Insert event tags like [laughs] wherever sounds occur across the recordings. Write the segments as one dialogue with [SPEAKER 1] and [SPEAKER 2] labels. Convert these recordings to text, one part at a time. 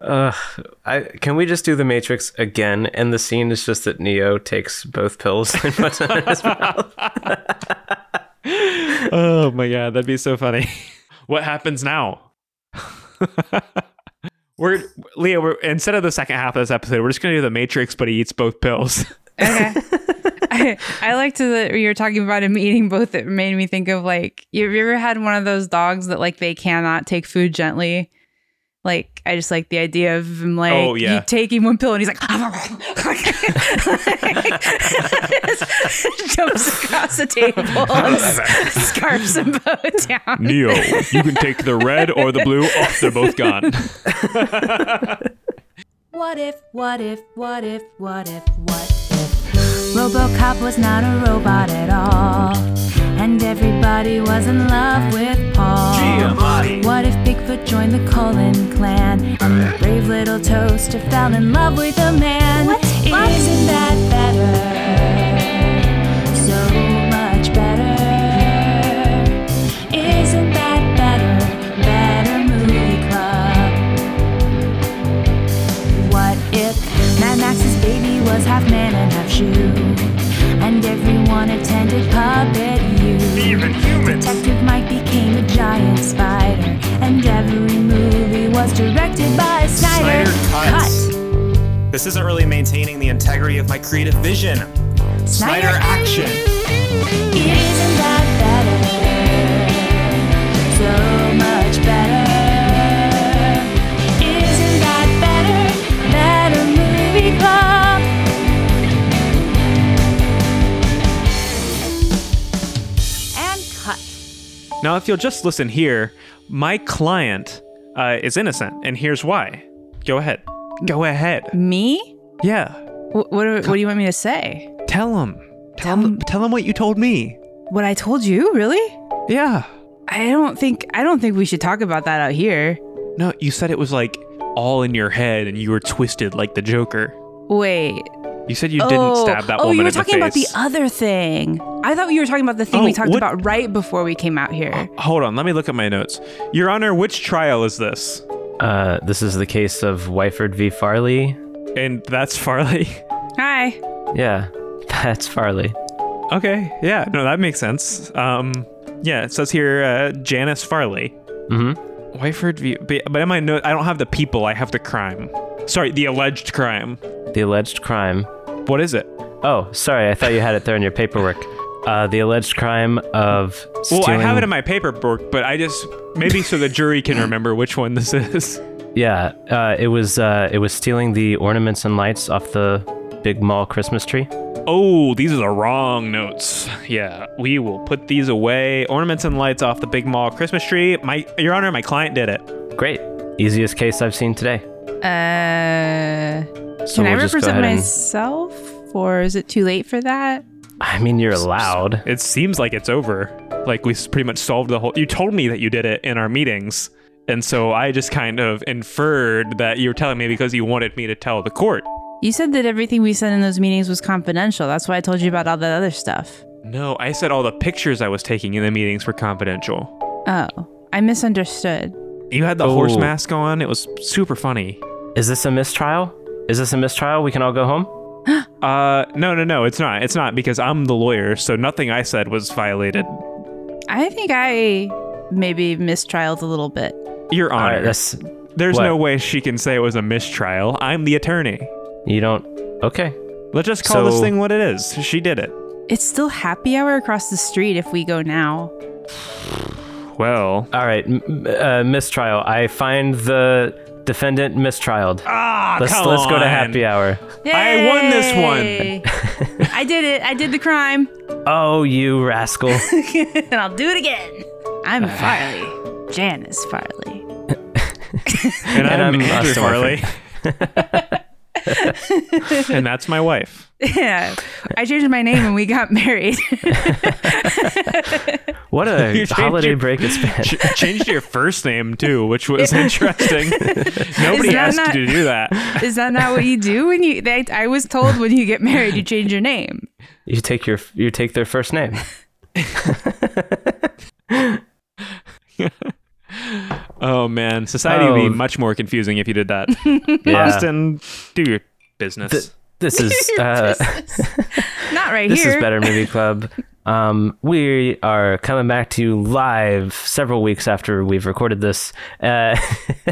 [SPEAKER 1] Uh, I can we just do the Matrix again? And the scene is just that Neo takes both pills [laughs] uh, and puts
[SPEAKER 2] [laughs]
[SPEAKER 1] them in his mouth.
[SPEAKER 2] oh my god, that'd be so funny. what happens now? we're Leo. We're instead of the second half of this episode, we're just gonna do the Matrix, but he eats both pills.
[SPEAKER 3] Okay. I, I liked that you were talking about him eating both. It made me think of like, you you ever had one of those dogs that like they cannot take food gently? Like, I just like the idea of him like
[SPEAKER 2] Oh, yeah.
[SPEAKER 3] you taking one pill and he's like, [laughs] just jumps across the
[SPEAKER 2] [laughs]
[SPEAKER 3] table and s- scarfs them both down.
[SPEAKER 2] [laughs] Neo, you can take the red or the blue. Oh, they're both gone.
[SPEAKER 4] What if, what if, what if, what if, what if Robocop was not a robot at all? And everybody was in love with Paul. What if Bigfoot joined the Cullen clan? And brave little toaster fell in love with a man. Isn't that better? So much better. Isn't that better? Better movie club. What if Mad Max's baby was half man and half shoe? And everyone attended puppet you. Even humans. Detective Mike became a giant spider. And every movie was directed by Snyder.
[SPEAKER 5] Snyder cuts. This isn't really maintaining the integrity of my creative vision. Snyder action.
[SPEAKER 4] Isn't that better? So much better. Isn't that better? Better movie club. And cut.
[SPEAKER 2] Now, if you'll just listen here, my client uh, is innocent, and here's why. Go ahead. Go ahead.
[SPEAKER 3] Me?
[SPEAKER 2] Yeah.
[SPEAKER 3] What, what, do- what do you want me to say?
[SPEAKER 2] Tell him. Tell him. Tell him what you told me.
[SPEAKER 3] What I told you? Really?
[SPEAKER 2] Yeah.
[SPEAKER 3] I don't think I don't think we should talk about that out here.
[SPEAKER 2] No, you said it was like all in your head, and you were twisted like the Joker.
[SPEAKER 3] Wait.
[SPEAKER 2] You said you didn't stab that
[SPEAKER 3] oh,
[SPEAKER 2] woman
[SPEAKER 3] you were
[SPEAKER 2] in the
[SPEAKER 3] talking about the
[SPEAKER 2] face.
[SPEAKER 3] other thing. I thought you were talking about the thing
[SPEAKER 2] Oh,
[SPEAKER 3] we talked
[SPEAKER 2] what-
[SPEAKER 3] about right before we came out here.
[SPEAKER 2] Hold on, let me look at my notes. Your Honor, which trial is this?
[SPEAKER 1] Uh, this is the case of Wyford v. Farley.
[SPEAKER 2] And that's Farley. [laughs]
[SPEAKER 3] Hi.
[SPEAKER 1] Yeah, [laughs] that's Farley.
[SPEAKER 2] Okay, yeah, no, that makes sense. Um, yeah, it says here uh, Janice Farley.
[SPEAKER 1] Mm-hmm.
[SPEAKER 2] Wyford v. But, but in my note, I don't have the people. I have the crime. Sorry, the alleged crime.
[SPEAKER 1] The alleged crime.
[SPEAKER 2] What is it?
[SPEAKER 1] Oh, sorry, I thought you had it there in your paperwork. Uh, the alleged crime of
[SPEAKER 2] Well,
[SPEAKER 1] stealing.
[SPEAKER 2] I have it in my paperwork, but I just maybe so the jury
[SPEAKER 1] [laughs]
[SPEAKER 2] can remember which one this is.
[SPEAKER 1] Yeah, uh, it was uh, it was stealing the ornaments and lights off the big mall Christmas tree.
[SPEAKER 2] Oh, these are the wrong notes. Yeah, we will put these away. Ornaments and lights off the big mall Christmas tree. My, Your Honor, my client did it.
[SPEAKER 1] Great, easiest case I've seen today.
[SPEAKER 3] Uh
[SPEAKER 1] So
[SPEAKER 3] can I
[SPEAKER 1] we'll just go
[SPEAKER 3] represent
[SPEAKER 1] ahead and-
[SPEAKER 3] myself or is it too late for that?
[SPEAKER 1] I mean, you're allowed.
[SPEAKER 2] It seems like it's over. Like we s- pretty much solved the whole. You told me that you did it in our meetings, and so I just kind of inferred that you were telling me because you wanted me to tell the court.
[SPEAKER 3] You said that everything we said in those meetings was confidential. That's why I told you about all that other stuff.
[SPEAKER 2] No, I said all the pictures I was taking in the meetings were confidential.
[SPEAKER 3] Oh, I misunderstood.
[SPEAKER 2] You had the horse
[SPEAKER 1] Oh.
[SPEAKER 2] mask on. It was super funny.
[SPEAKER 1] Is this a mistrial? Is this a mistrial? We can all go home.
[SPEAKER 2] Uh, no, no, no, it's not. It's not because I'm the lawyer, so nothing I said was violated.
[SPEAKER 3] I think I maybe mistrialed a little bit.
[SPEAKER 2] Your
[SPEAKER 1] All
[SPEAKER 2] Honor,
[SPEAKER 1] right, that's
[SPEAKER 2] there's
[SPEAKER 1] what?
[SPEAKER 2] no way she can say it was a mistrial. I'm the attorney.
[SPEAKER 1] you don't. Okay,
[SPEAKER 2] Let's just call this
[SPEAKER 1] So-
[SPEAKER 2] thing what it is. She did it.
[SPEAKER 3] It's still happy hour across the street if we go now.
[SPEAKER 2] Well,
[SPEAKER 1] all right, m- uh, mistrial. I find the defendant mistrialed.
[SPEAKER 2] ah,
[SPEAKER 1] let's
[SPEAKER 2] come
[SPEAKER 1] let's go to
[SPEAKER 2] on.
[SPEAKER 1] happy hour.
[SPEAKER 2] I won this one. [laughs]
[SPEAKER 3] one. I did it. I did the crime.
[SPEAKER 1] Oh, you
[SPEAKER 2] [laughs]
[SPEAKER 1] rascal!
[SPEAKER 3] and I'll do it again. I'm
[SPEAKER 1] [sighs]
[SPEAKER 3] Farley. Janice Farley.
[SPEAKER 2] And,
[SPEAKER 1] And
[SPEAKER 2] I'm,
[SPEAKER 1] I'm
[SPEAKER 2] Andrew
[SPEAKER 1] Austin
[SPEAKER 2] Farley.
[SPEAKER 1] [laughs]
[SPEAKER 2] and that's my wife.
[SPEAKER 3] [laughs] Yeah. I changed my name when we got [laughs] married.
[SPEAKER 1] What
[SPEAKER 2] You
[SPEAKER 1] a
[SPEAKER 2] changed
[SPEAKER 1] holiday
[SPEAKER 2] your-
[SPEAKER 1] break it's been.
[SPEAKER 2] [laughs] Ch- changed your first name too, which was
[SPEAKER 3] [laughs]
[SPEAKER 2] interesting. Nobody
[SPEAKER 3] Is that
[SPEAKER 2] asked
[SPEAKER 3] not-
[SPEAKER 2] you to do that.
[SPEAKER 3] Is that not what you do when you? They, I was told when you get married, you change your name.
[SPEAKER 1] You take your you take their first
[SPEAKER 2] [laughs]
[SPEAKER 1] name.
[SPEAKER 2] Oh man, society would
[SPEAKER 1] Oh.
[SPEAKER 2] be much more confusing if you did that.
[SPEAKER 1] [laughs] Yeah.
[SPEAKER 2] Austin, do your business.
[SPEAKER 1] Th- Uh, this
[SPEAKER 2] [laughs]
[SPEAKER 1] is uh,
[SPEAKER 3] Not
[SPEAKER 1] [laughs]
[SPEAKER 3] right
[SPEAKER 1] this
[SPEAKER 3] here.
[SPEAKER 1] is better movie club. Um, we are coming back to you live several weeks after we've recorded this. Uh,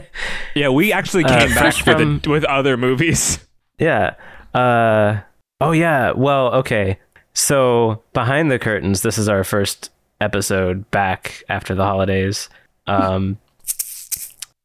[SPEAKER 1] [laughs]
[SPEAKER 2] yeah, we actually came back
[SPEAKER 1] fresh Uh, from-
[SPEAKER 2] with, the, with other movies. [laughs]
[SPEAKER 1] yeah. Uh, oh yeah. Well, okay. So behind the curtains, this is our first episode back after the holidays. Um,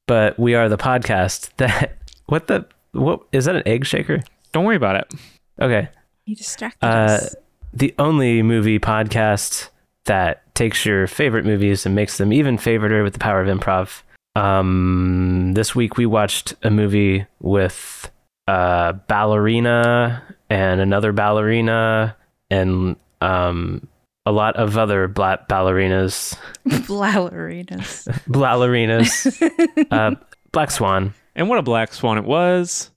[SPEAKER 1] but we are the podcast that [laughs] what the what is that an egg shaker?
[SPEAKER 2] Don't worry about it.
[SPEAKER 1] Okay.
[SPEAKER 3] You distracted
[SPEAKER 1] Uh,
[SPEAKER 3] us.
[SPEAKER 1] the only movie podcast that takes your favorite movies and makes them even favoriter with the power of improv. Um, this week we watched a movie with a ballerina and another ballerina and um, a lot of other black ballerinas,
[SPEAKER 3] [laughs]
[SPEAKER 1] [laughs]
[SPEAKER 3] Ballerinas.
[SPEAKER 1] ballerinas, uh, Black Swan.
[SPEAKER 2] And what a black swan it was.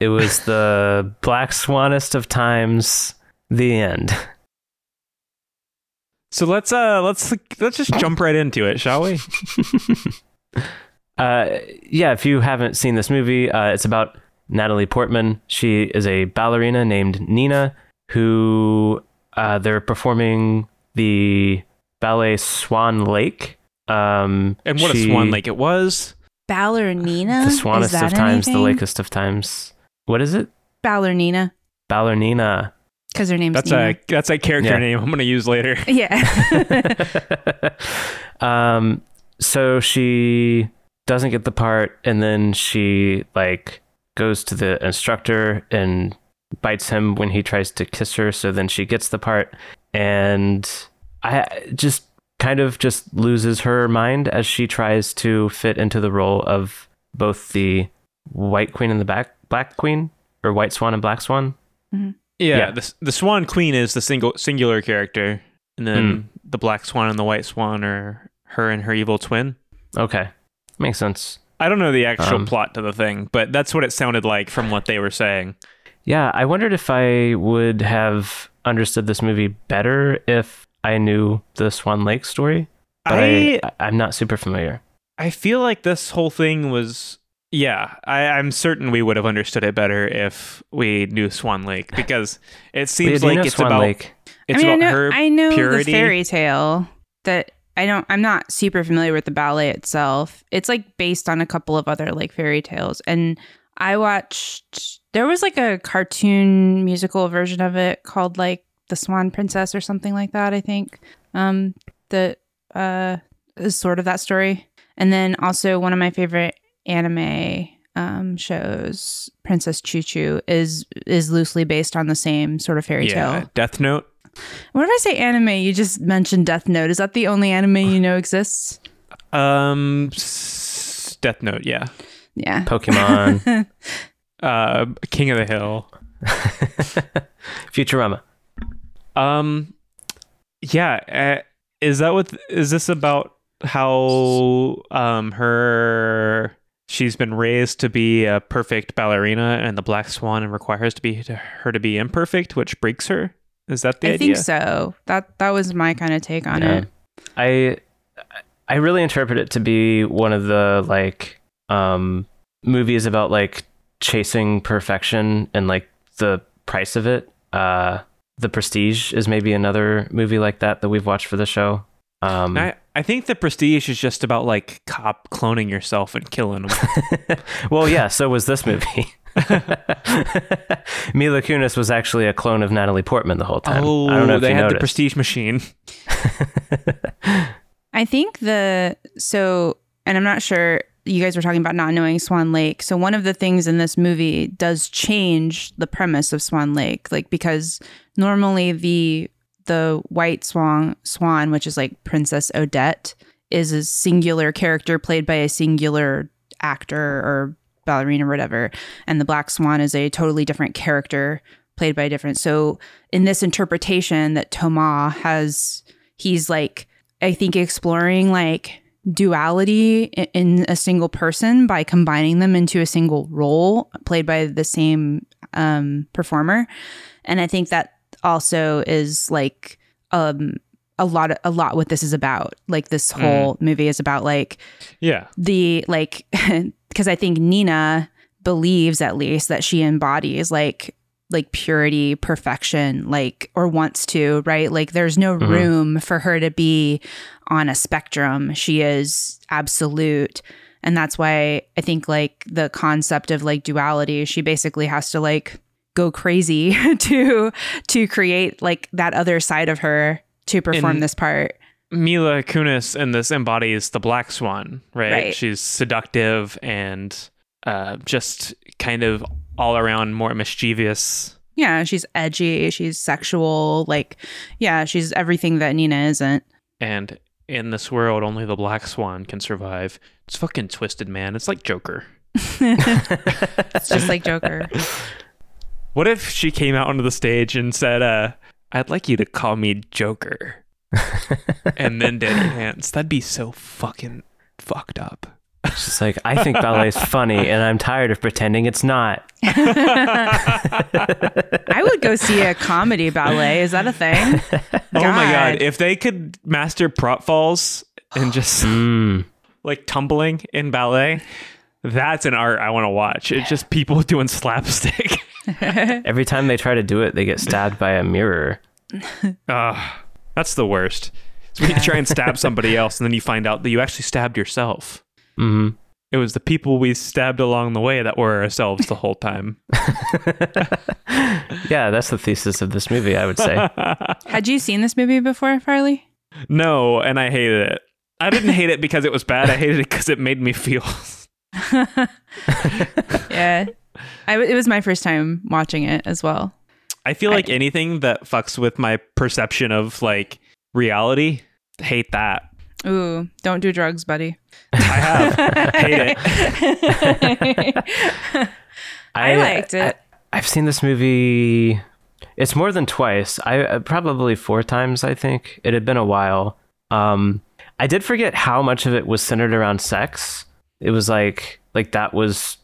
[SPEAKER 1] It was the Black Swanest of times. The end.
[SPEAKER 2] So let's uh let's let's just jump right into it, shall we?
[SPEAKER 1] [laughs] uh, yeah, if you haven't seen this movie, uh, it's about Natalie Portman. She is a ballerina named Nina, who uh, they're performing the ballet Swan Lake. Um,
[SPEAKER 2] And what
[SPEAKER 1] she-
[SPEAKER 2] a swan lake it was.
[SPEAKER 3] [laughs] Ballerina?
[SPEAKER 1] The swanest
[SPEAKER 3] Is
[SPEAKER 1] of
[SPEAKER 3] that
[SPEAKER 1] times, the
[SPEAKER 3] anything?
[SPEAKER 1] lakest of times. What is it?
[SPEAKER 3] Ballerina.
[SPEAKER 1] Ballerina.
[SPEAKER 3] Because her name's
[SPEAKER 2] That's
[SPEAKER 3] Nina.
[SPEAKER 2] a that's a character
[SPEAKER 1] Yeah.
[SPEAKER 2] name I'm gonna use later. [laughs]
[SPEAKER 3] Yeah. [laughs]
[SPEAKER 1] [laughs] um, so she doesn't get the part, and then she like goes to the instructor and bites him when he tries to kiss her. So then she gets the part, and I just kind of just loses her mind as she tries to fit into the role of both the white queen and the back black queen or white swan and black swan.
[SPEAKER 2] Yeah,
[SPEAKER 1] Yeah.
[SPEAKER 2] The, the Swan Queen is the single singular character, and then
[SPEAKER 1] Hmm.
[SPEAKER 2] the Black Swan and the White Swan are her and her evil twin.
[SPEAKER 1] Okay, makes sense.
[SPEAKER 2] I don't know the actual
[SPEAKER 1] Um,
[SPEAKER 2] plot to the thing, but that's what it sounded like from what they were saying.
[SPEAKER 1] Yeah, I wondered if I would have understood this movie better if I knew the Swan Lake story. But I,
[SPEAKER 2] I
[SPEAKER 1] I, am not super familiar.
[SPEAKER 2] I feel like this whole thing was yeah. I, I'm certain we would have understood it better if we knew Swan Lake because it seems
[SPEAKER 1] Leah, do you
[SPEAKER 2] like
[SPEAKER 1] know
[SPEAKER 2] it's about it's
[SPEAKER 3] I mean,
[SPEAKER 2] about
[SPEAKER 3] I know,
[SPEAKER 2] her
[SPEAKER 3] I know
[SPEAKER 2] purity.
[SPEAKER 3] the fairy tale that I don't. I'm not super familiar with the ballet itself. It's like based on a couple of other like fairy tales, and I watched. There was like a cartoon musical version of it called like the Swan Princess or something like that. I think um, that uh, is sort of that story, and then also one of my favorite anime um, shows, Princess Choo Choo, is is loosely based on the same sort of fairy tale.
[SPEAKER 2] yeah, Death Note.
[SPEAKER 3] What if I say anime? You just mentioned Death Note. Is that the only anime you know exists?
[SPEAKER 2] Um, s- Death Note. Yeah.
[SPEAKER 3] Yeah.
[SPEAKER 1] Pokemon,
[SPEAKER 2] [laughs]
[SPEAKER 1] [laughs]
[SPEAKER 2] Uh, King of the Hill.
[SPEAKER 1] Futurama.
[SPEAKER 2] Um, yeah. Uh, is that what? Is this about how um her she's been raised to be a perfect ballerina, and the Black Swan requires to be to her to be imperfect, which breaks her? Is that the
[SPEAKER 3] I
[SPEAKER 2] idea?
[SPEAKER 3] think so. That that was my kind of take on
[SPEAKER 1] Yeah.
[SPEAKER 3] it.
[SPEAKER 1] I I really interpret it to be one of the like um movies about like chasing perfection and like the price of it. Uh The Prestige is maybe another movie like that that we've watched for the show. Um
[SPEAKER 2] I, I think the prestige is just about like cop cloning yourself and killing them.
[SPEAKER 1] [laughs] well, yeah, so was this movie. [laughs] Mila Kunis was actually a clone of Natalie Portman the whole time.
[SPEAKER 2] [laughs] oh,
[SPEAKER 1] I don't know if
[SPEAKER 2] they
[SPEAKER 1] you
[SPEAKER 2] had the
[SPEAKER 1] noticed.
[SPEAKER 2] prestige machine.
[SPEAKER 3] I think the so and I'm not sure you guys were talking about not knowing Swan Lake. So one of the things in this movie does change the premise of Swan Lake like because normally the the white swan swan which is like Princess Odette is a singular character played by a singular actor or ballerina or whatever and the black swan is a totally different character played by a different so in this interpretation that Toma has he's like I think exploring like duality i- in a single person by combining them into a single role played by the same um, performer, and I think that also is like um, a lot of, a lot what this is about. Like this whole movie is about like
[SPEAKER 2] [laughs] Yeah.
[SPEAKER 3] the like [laughs] because I think Nina believes at least that she embodies like like purity, perfection, like or wants to, right? Like there's no
[SPEAKER 1] Mhm.
[SPEAKER 3] room for her to be on a spectrum. She is absolute. And that's why I think like the concept of like duality, she basically has to like go crazy [laughs] to to create like that other side of her to perform
[SPEAKER 2] And-
[SPEAKER 3] this part.
[SPEAKER 2] Mila Kunis in this embodies the black swan, right?
[SPEAKER 3] Right.
[SPEAKER 2] She's seductive and uh, just kind of all around more mischievous.
[SPEAKER 3] Yeah, she's edgy, she's sexual, like yeah, she's everything that Nina isn't.
[SPEAKER 2] And in this world, only the black swan can survive. It's fucking twisted, man. It's like Joker.
[SPEAKER 3] It's just like Joker.
[SPEAKER 2] What if she came out onto the stage and said, uh, I'd like you to call me Joker and then did her dance? That'd be so fucking fucked up.
[SPEAKER 1] She's like, I think ballet is
[SPEAKER 2] [laughs]
[SPEAKER 1] funny, and I'm tired of pretending it's not.
[SPEAKER 3] I would go see a comedy ballet. Is that a thing?
[SPEAKER 2] [laughs] Oh my god, if they could master prop falls and just
[SPEAKER 1] Mm.
[SPEAKER 2] like tumbling in ballet, that's an art I want to watch. It's just people [laughs] doing slapstick. [laughs]
[SPEAKER 1] Every time they try to do it, they get stabbed by a mirror.
[SPEAKER 2] Ugh, that's the worst. It's when you try and stab somebody else and then you find out that you actually stabbed yourself.
[SPEAKER 1] hmm
[SPEAKER 2] It was the people we stabbed along the way that were ourselves the whole time.
[SPEAKER 1] [laughs] Yeah, that's the thesis of this movie, I would say.
[SPEAKER 3] Had you seen this movie before, Farley?
[SPEAKER 2] [laughs] No, and I hated it. I didn't hate it because it was bad. I hated it because it made me feel.
[SPEAKER 3] Yeah. I w- it was my first time watching it as well.
[SPEAKER 2] I feel like anything that fucks with my perception of like reality, hate that.
[SPEAKER 3] Ooh, don't do drugs, buddy.
[SPEAKER 2] I
[SPEAKER 3] [laughs]
[SPEAKER 2] have hate it.
[SPEAKER 3] I liked it.
[SPEAKER 1] I, have seen this movie. It's more than twice. I uh, probably four times. I think it had been a while. Um, I did forget how much of it was centered around sex. It was like like that was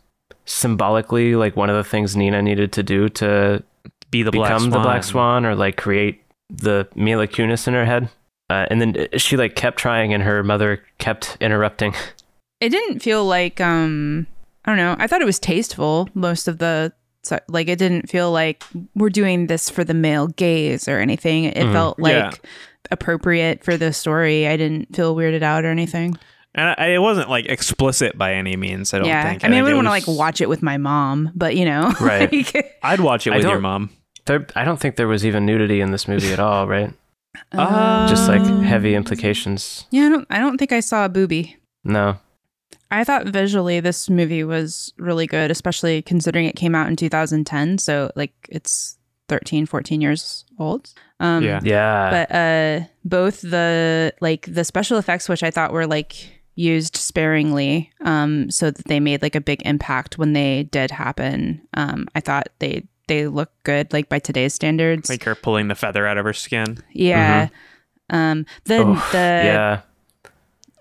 [SPEAKER 1] symbolically like one of the things Nina needed to do to
[SPEAKER 2] Be the black
[SPEAKER 1] become
[SPEAKER 2] swan.
[SPEAKER 1] the Black Swan or like create the Mila Kunis in her head. Uh, and then uh, she like kept trying, and her mother kept interrupting. [laughs]
[SPEAKER 3] It didn't feel like um I don't know. I thought it was tasteful most of the so- like it didn't feel like we're doing this for the male gaze or anything. It felt like
[SPEAKER 2] Mm-hmm. Yeah.
[SPEAKER 3] appropriate for the story. I didn't feel weirded out or anything.
[SPEAKER 2] And I, it wasn't like explicit by any means. I don't
[SPEAKER 3] yeah.
[SPEAKER 2] think.
[SPEAKER 3] I mean, I
[SPEAKER 2] think it
[SPEAKER 3] wouldn't want
[SPEAKER 2] was-
[SPEAKER 3] to like watch it with my mom, but you know. [laughs]
[SPEAKER 1] Right.
[SPEAKER 3] like-
[SPEAKER 2] I'd watch it
[SPEAKER 1] I
[SPEAKER 2] with your
[SPEAKER 1] don't-
[SPEAKER 2] mom.
[SPEAKER 1] There, I don't think there was even nudity in this movie at all, right?
[SPEAKER 2] Uh,
[SPEAKER 1] Just like
[SPEAKER 2] Um,
[SPEAKER 1] heavy implications.
[SPEAKER 3] Yeah, I don't I don't think I saw a booby.
[SPEAKER 1] No.
[SPEAKER 3] I thought visually this movie was really good, especially considering it came out in 2010, so like it's 13, 14 years old. Um
[SPEAKER 2] Yeah.
[SPEAKER 1] Yeah.
[SPEAKER 3] but uh both the like the special effects which i thought were like used sparingly um so that they made like a big impact when they did happen um i thought they they look good like by today's standards
[SPEAKER 2] Like her pulling the feather out of her skin.
[SPEAKER 3] yeah um the
[SPEAKER 1] Oh,
[SPEAKER 3] the
[SPEAKER 1] yeah.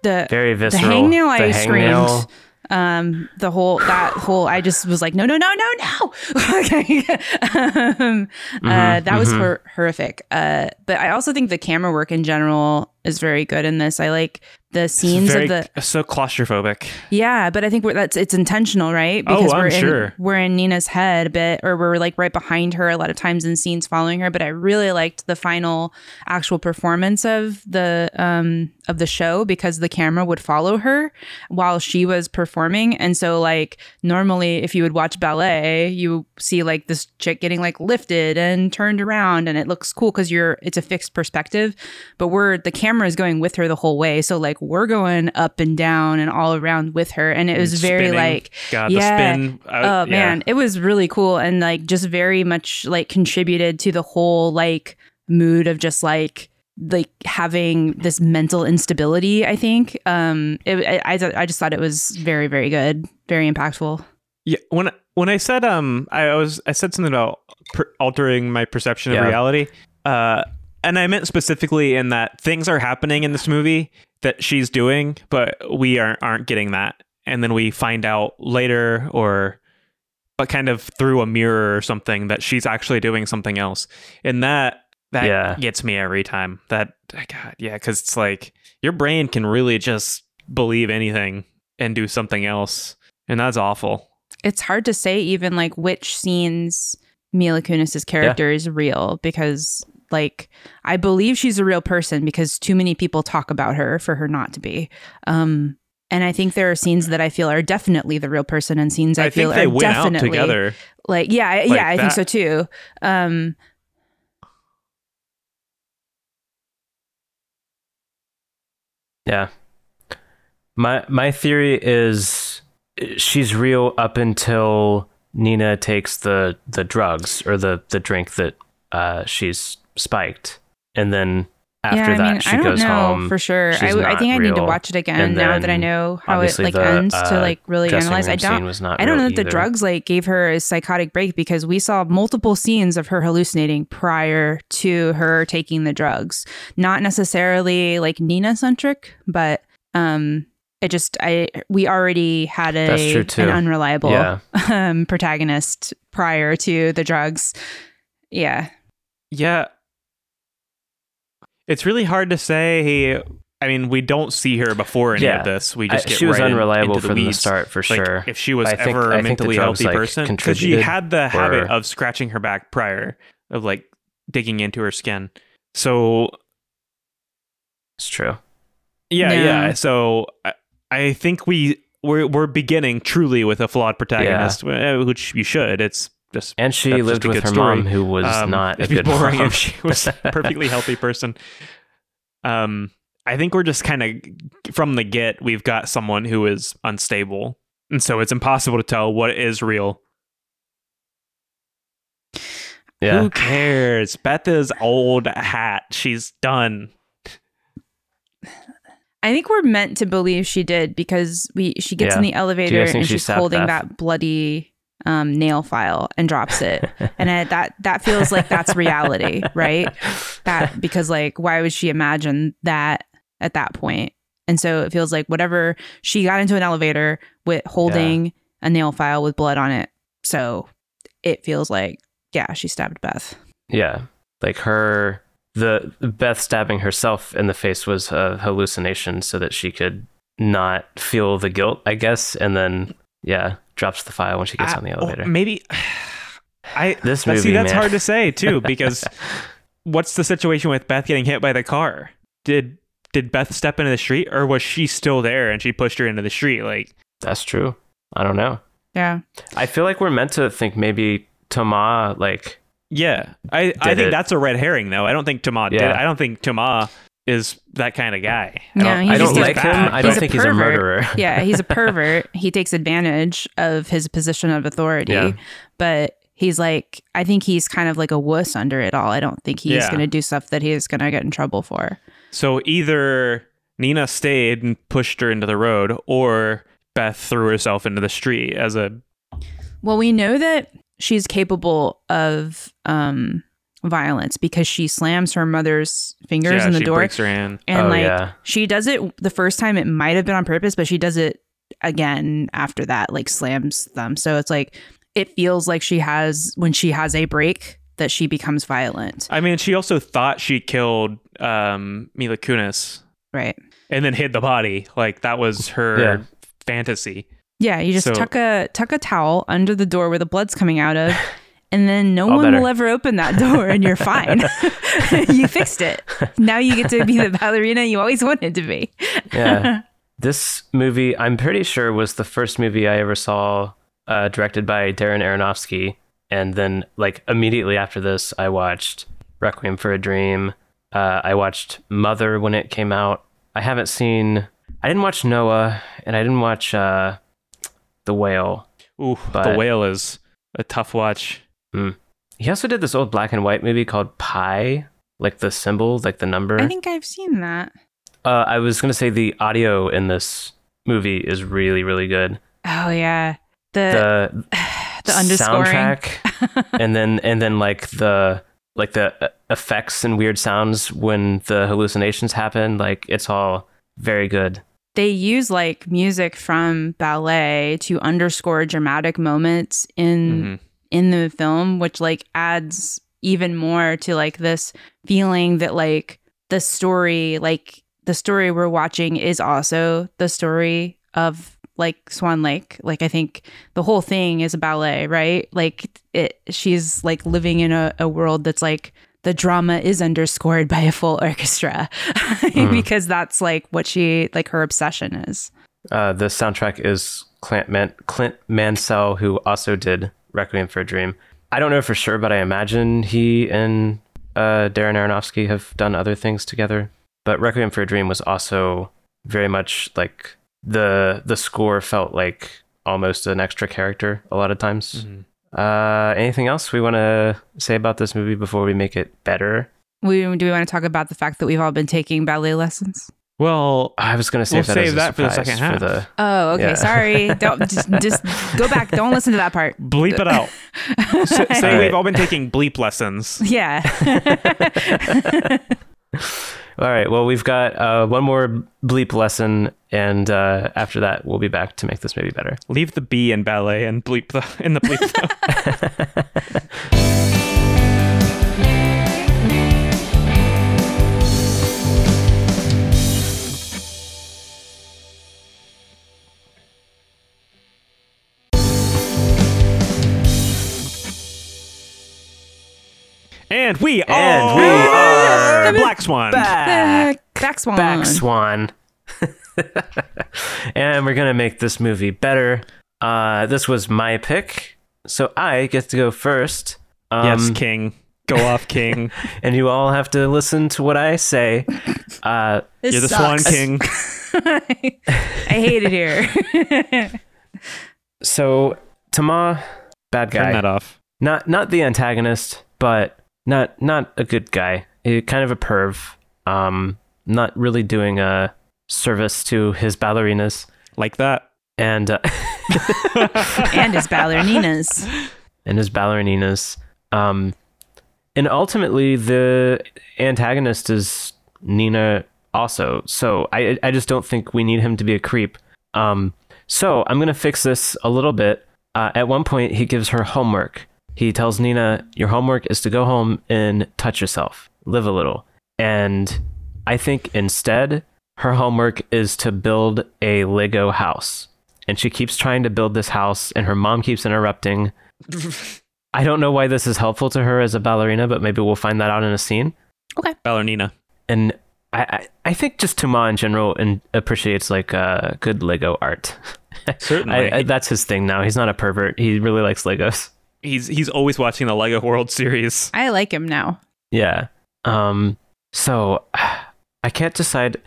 [SPEAKER 3] the
[SPEAKER 1] Very
[SPEAKER 3] the
[SPEAKER 1] visceral.
[SPEAKER 3] hangnail i
[SPEAKER 1] The
[SPEAKER 3] screamed
[SPEAKER 1] hangnail.
[SPEAKER 3] um the whole that whole i just was like no no no no no [laughs] okay um, uh,
[SPEAKER 1] Mhm,
[SPEAKER 3] that was
[SPEAKER 1] mhm.
[SPEAKER 3] hor- horrific uh but i also think the camera work in general is very good in this i like the
[SPEAKER 2] It's
[SPEAKER 3] scenes
[SPEAKER 2] very-
[SPEAKER 3] of the
[SPEAKER 2] so claustrophobic.
[SPEAKER 3] yeah but i think we're, that's it's intentional right
[SPEAKER 2] Oh, I'm
[SPEAKER 3] we're in
[SPEAKER 2] sure.
[SPEAKER 3] we're in nina's head a bit or we're like right behind her a lot of times in scenes following her but i really liked the final actual performance of the um of the show because the camera would follow her while she was performing and so like normally if you would watch ballet you see like this chick getting like lifted and turned around and it looks cool because you're it's a fixed perspective but we're the camera is going with her the whole way so like we're going up and down and all around with her and it was very
[SPEAKER 2] Spinning.
[SPEAKER 3] like
[SPEAKER 2] God,
[SPEAKER 3] yeah.
[SPEAKER 2] the spin. uh, I- yeah.
[SPEAKER 3] oh man it was really cool and like just very much like contributed to the whole like mood of just like like having this mental instability i think um it, I, I, I just thought it was very very good very impactful
[SPEAKER 2] Yeah, when when I said um, I was I said something about per- altering my perception of
[SPEAKER 1] Yeah.
[SPEAKER 2] reality, uh, and I meant specifically in that things are happening in this movie that she's doing, but we aren't aren't getting that, and then we find out later or, but kind of through a mirror or something that she's actually doing something else, and that That
[SPEAKER 1] Yeah.
[SPEAKER 2] gets me every time. That God, yeah, because it's like your brain can really just believe anything and do something else, and that's awful.
[SPEAKER 3] It's hard to say even like which scenes Mila Kunis's character is real because like I believe she's a real person because too many people talk about her for her not to be. Um and I think there are scenes that I feel are definitely the real person and scenes I,
[SPEAKER 2] I,
[SPEAKER 3] feel
[SPEAKER 2] think they
[SPEAKER 3] are
[SPEAKER 2] went out
[SPEAKER 3] definitely
[SPEAKER 2] together.
[SPEAKER 3] like yeah, I-
[SPEAKER 2] Like
[SPEAKER 3] yeah, I think
[SPEAKER 2] that.
[SPEAKER 3] so too. Um
[SPEAKER 1] Yeah. My my theory is eh, she's real up until Nina takes the the drugs or the the drink that uh she's spiked, and then after
[SPEAKER 3] yeah,
[SPEAKER 1] that
[SPEAKER 3] I mean,
[SPEAKER 1] she
[SPEAKER 3] I don't
[SPEAKER 1] goes
[SPEAKER 3] know
[SPEAKER 1] home.
[SPEAKER 3] for sure.
[SPEAKER 1] She's
[SPEAKER 3] I, w- I
[SPEAKER 1] not
[SPEAKER 3] think I need to
[SPEAKER 1] real.
[SPEAKER 3] watch it again
[SPEAKER 1] And
[SPEAKER 3] now that I
[SPEAKER 1] then,
[SPEAKER 3] know how it
[SPEAKER 1] obviously,
[SPEAKER 3] like
[SPEAKER 1] the,
[SPEAKER 3] ends to
[SPEAKER 1] uh,
[SPEAKER 3] like really
[SPEAKER 1] dressing
[SPEAKER 3] analyze. I
[SPEAKER 1] room
[SPEAKER 3] don't
[SPEAKER 1] scene was not
[SPEAKER 3] I don't
[SPEAKER 1] real
[SPEAKER 3] know that the
[SPEAKER 1] either.
[SPEAKER 3] drugs like gave her a psychotic break because we saw multiple scenes of her hallucinating prior to her taking the drugs. Not necessarily like Nina centric, but um it just I we already had a
[SPEAKER 1] That's true, too.
[SPEAKER 3] an unreliable
[SPEAKER 1] Yeah.
[SPEAKER 3] [laughs] um protagonist prior to the drugs. Yeah.
[SPEAKER 2] Yeah. It's really hard to say. I mean, we don't see her before any
[SPEAKER 1] Yeah.
[SPEAKER 2] of this. We
[SPEAKER 1] I-
[SPEAKER 2] just get
[SPEAKER 1] she was
[SPEAKER 2] right in-
[SPEAKER 1] unreliable
[SPEAKER 2] into the
[SPEAKER 1] from the
[SPEAKER 2] weeds.
[SPEAKER 1] start for
[SPEAKER 2] Like,
[SPEAKER 1] sure.
[SPEAKER 2] If she was
[SPEAKER 1] But I think-
[SPEAKER 2] ever
[SPEAKER 1] I
[SPEAKER 2] a
[SPEAKER 1] think the
[SPEAKER 2] mentally
[SPEAKER 1] drugs,
[SPEAKER 2] healthy
[SPEAKER 1] like,
[SPEAKER 2] person, because she
[SPEAKER 1] contributed
[SPEAKER 2] had the habit
[SPEAKER 1] or-
[SPEAKER 2] of scratching her back prior, of like digging into her skin. So
[SPEAKER 1] It's true.
[SPEAKER 2] yeah,
[SPEAKER 3] Yeah.
[SPEAKER 2] yeah. So I, I think we we're we're beginning truly with a flawed protagonist, uh, which you should. It's just
[SPEAKER 1] And she
[SPEAKER 2] That's just
[SPEAKER 1] lived
[SPEAKER 2] a
[SPEAKER 1] with her
[SPEAKER 2] good story.
[SPEAKER 1] mom, who was
[SPEAKER 2] um,
[SPEAKER 1] not a
[SPEAKER 2] it'd be
[SPEAKER 1] good
[SPEAKER 2] [laughs] boring
[SPEAKER 1] mom.
[SPEAKER 2] if she
[SPEAKER 1] [laughs]
[SPEAKER 2] was a perfectly healthy person. Um, I think we're just kind of from the get. We've got someone who is unstable, and so it's impossible to tell what is real
[SPEAKER 1] yeah.
[SPEAKER 2] Who cares? Beth is old hat. She's done.
[SPEAKER 3] I think we're meant to believe she did because we she gets in
[SPEAKER 1] Yeah.
[SPEAKER 3] the elevator
[SPEAKER 1] think
[SPEAKER 3] and
[SPEAKER 1] she
[SPEAKER 3] she's
[SPEAKER 1] stabbed
[SPEAKER 3] holding
[SPEAKER 1] Beth?
[SPEAKER 3] that bloody um, nail file and
[SPEAKER 1] [laughs]
[SPEAKER 3] drops it, and I, that that feels like that's reality, right? That because like why would she imagine that at that point? And so it feels like whatever she got into an elevator with holding a nail file with blood on it, so it feels like yeah she stabbed Beth.
[SPEAKER 1] [laughs] Yeah. Like her the Beth stabbing herself in the face was a hallucination so that she could not feel the guilt, I guess, and then yeah, drops the file when she gets
[SPEAKER 2] I-
[SPEAKER 1] on the
[SPEAKER 2] oh,
[SPEAKER 1] elevator.
[SPEAKER 2] maybe [sighs] I
[SPEAKER 1] This
[SPEAKER 2] that- see
[SPEAKER 1] movie,
[SPEAKER 2] that's
[SPEAKER 1] man.
[SPEAKER 2] hard to
[SPEAKER 1] [laughs]
[SPEAKER 2] say too, because what's the situation with Beth getting hit by the car? Did did Beth step into the street or was she still there and she pushed her into the street? Like
[SPEAKER 1] That's true. I don't know.
[SPEAKER 3] Yeah,
[SPEAKER 1] I feel like we're meant to think maybe Tama like
[SPEAKER 2] yeah. I, I
[SPEAKER 1] Did
[SPEAKER 2] think
[SPEAKER 1] it.
[SPEAKER 2] that's a red herring though. I don't think Tama did
[SPEAKER 1] Yeah.
[SPEAKER 2] I don't think Tama is that kind of guy.
[SPEAKER 3] No,
[SPEAKER 2] I don't,
[SPEAKER 3] he
[SPEAKER 1] I
[SPEAKER 2] I
[SPEAKER 3] just
[SPEAKER 1] don't
[SPEAKER 2] don't
[SPEAKER 3] is
[SPEAKER 1] like him.
[SPEAKER 2] bad,
[SPEAKER 1] I don't
[SPEAKER 3] He's a
[SPEAKER 2] but-
[SPEAKER 1] think he's a
[SPEAKER 3] pervert.
[SPEAKER 1] murderer.
[SPEAKER 3] yeah, he's a pervert. he takes advantage of his position of authority,
[SPEAKER 1] Yeah.
[SPEAKER 3] but he's like, I think he's kind of like a wuss under it all. I don't think he's
[SPEAKER 2] Yeah.
[SPEAKER 3] going to do stuff that he is going to get in trouble for.
[SPEAKER 2] So either Nina stayed and pushed her into the road, or Beth threw herself into the street as a
[SPEAKER 3] Well, we know that she's capable of um, violence because she slams her mother's fingers
[SPEAKER 2] yeah,
[SPEAKER 3] in the
[SPEAKER 2] she
[SPEAKER 3] door
[SPEAKER 2] breaks her hand.
[SPEAKER 3] and
[SPEAKER 1] Oh,
[SPEAKER 3] like
[SPEAKER 1] yeah.
[SPEAKER 3] she does it the first time it might have been on purpose but she does it again after that like slams them so it's like it feels like she has when she has a break that she becomes violent
[SPEAKER 2] I mean, she also thought she killed um, Mila Kunis
[SPEAKER 3] right
[SPEAKER 2] and then hid the body. Like that was her
[SPEAKER 1] Yeah.
[SPEAKER 2] fantasy.
[SPEAKER 3] yeah you just
[SPEAKER 2] So-
[SPEAKER 3] tuck a tuck a towel under the door where the blood's coming
[SPEAKER 1] [laughs]
[SPEAKER 3] out of and then no
[SPEAKER 1] All
[SPEAKER 3] one
[SPEAKER 1] better.
[SPEAKER 3] will ever open that door and you're fine
[SPEAKER 1] [laughs]
[SPEAKER 3] [laughs] you fixed it now you get to be the ballerina you always wanted to be [laughs]
[SPEAKER 1] yeah. This movie, I'm pretty sure, was the first movie I ever saw uh, directed by Darren Aronofsky. And then, like, immediately after this, I watched Requiem for a Dream. Uh, I watched Mother when it came out. I haven't seen, I didn't watch Noah, and I didn't watch uh, The Whale.
[SPEAKER 2] Ooh,
[SPEAKER 1] But-
[SPEAKER 2] the whale is a tough watch.
[SPEAKER 1] He also did this old black and white movie called Pi, like the symbol, like the number.
[SPEAKER 3] i think i've seen that
[SPEAKER 1] uh, I was going to say the audio in this movie is really, really good.
[SPEAKER 3] oh yeah the
[SPEAKER 1] The,
[SPEAKER 3] the underscoring [laughs]
[SPEAKER 1] soundtrack, and then and then like the like the uh, effects and weird sounds when the hallucinations happen like it's all very good
[SPEAKER 3] they use like music from ballet to underscore dramatic moments in
[SPEAKER 2] Mhm.
[SPEAKER 3] in the film which like adds even more to like this feeling that like the story, like the story we're watching is also the story of like Swan Lake. Like I think the whole thing is a ballet, right? Like it she's like living in a, a world that's like the drama is underscored by a full orchestra [laughs] because that's like what she like her obsession is.
[SPEAKER 1] Uh, the soundtrack is Clint, Man- Clint Mansell, who also did Requiem for a Dream. I don't know for sure, but I imagine he and uh, Darren Aronofsky have done other things together. But Requiem for a Dream was also very much like the the score felt like almost an extra character a lot of times.
[SPEAKER 2] Mm-hmm.
[SPEAKER 1] Uh, anything else we want to say about this movie before we make it better?
[SPEAKER 3] We, do we want to talk about the fact that we've all been taking ballet lessons?
[SPEAKER 2] Well,
[SPEAKER 1] I was going to
[SPEAKER 2] We'll
[SPEAKER 1] save that
[SPEAKER 2] save
[SPEAKER 1] as a
[SPEAKER 2] that for the
[SPEAKER 1] surprise
[SPEAKER 2] second half.
[SPEAKER 1] the-
[SPEAKER 3] Oh, okay.
[SPEAKER 1] Yeah.
[SPEAKER 3] Sorry.
[SPEAKER 2] [laughs]
[SPEAKER 3] Don't just, just go back. Don't listen to that part.
[SPEAKER 1] [laughs]
[SPEAKER 2] bleep it out. S- say
[SPEAKER 3] [laughs]
[SPEAKER 1] All right.
[SPEAKER 2] we've all been taking bleep lessons. [laughs]
[SPEAKER 3] yeah.
[SPEAKER 1] All right. Well, we've got uh, one more bleep lesson, and uh, after that, we'll be back to make this maybe better.
[SPEAKER 2] Leave the B in ballet and bleep the in the bleep. The. And we
[SPEAKER 1] And
[SPEAKER 2] are,
[SPEAKER 1] we are
[SPEAKER 2] Black Swan.
[SPEAKER 3] back, back swan.
[SPEAKER 1] Back
[SPEAKER 2] [laughs]
[SPEAKER 1] Swan. [laughs] and we're gonna make this movie better. Uh, this was my pick, so I get to go first. Um,
[SPEAKER 2] yes, King. Go off, King.
[SPEAKER 1] and you all have to listen to what I
[SPEAKER 2] [laughs]
[SPEAKER 1] say. Uh,
[SPEAKER 3] [laughs] This
[SPEAKER 2] You're the
[SPEAKER 3] sucks.
[SPEAKER 2] Swan King.
[SPEAKER 3] [laughs] I hate it here. [laughs]
[SPEAKER 1] so Tama, bad guy.
[SPEAKER 2] Turn that off.
[SPEAKER 1] not not the antagonist, but not not a good guy. Eh, kind of a perv. Um, not really doing a service to his ballerinas,
[SPEAKER 2] Like that.
[SPEAKER 1] and uh,
[SPEAKER 3] [laughs]
[SPEAKER 1] [laughs]
[SPEAKER 3] and his ballerinas.
[SPEAKER 1] and his ballerinas. Um, and ultimately, the antagonist is Nina also. So I I just don't think we need him to be a creep. Um, so I'm gonna fix this a little bit. Uh, at one point, he gives her homework. He tells Nina, "Your homework is to go home and touch yourself, live a little." And I think instead, her homework is to build a Lego house. And she keeps trying to build this house, and her mom keeps interrupting. I don't know why this is helpful to her as a ballerina, but maybe we'll find that out in a scene.
[SPEAKER 2] [laughs] Ballerina.
[SPEAKER 1] And I, I, I think just Tuma in general and appreciates like uh, good Lego art. [laughs]
[SPEAKER 2] Certainly.
[SPEAKER 1] I, I, that's his thing now. He's not a pervert. He really likes Legos.
[SPEAKER 2] he's he's always watching the Lego World series.
[SPEAKER 3] I like him now.
[SPEAKER 1] Yeah. Um. So [sighs] I can't decide.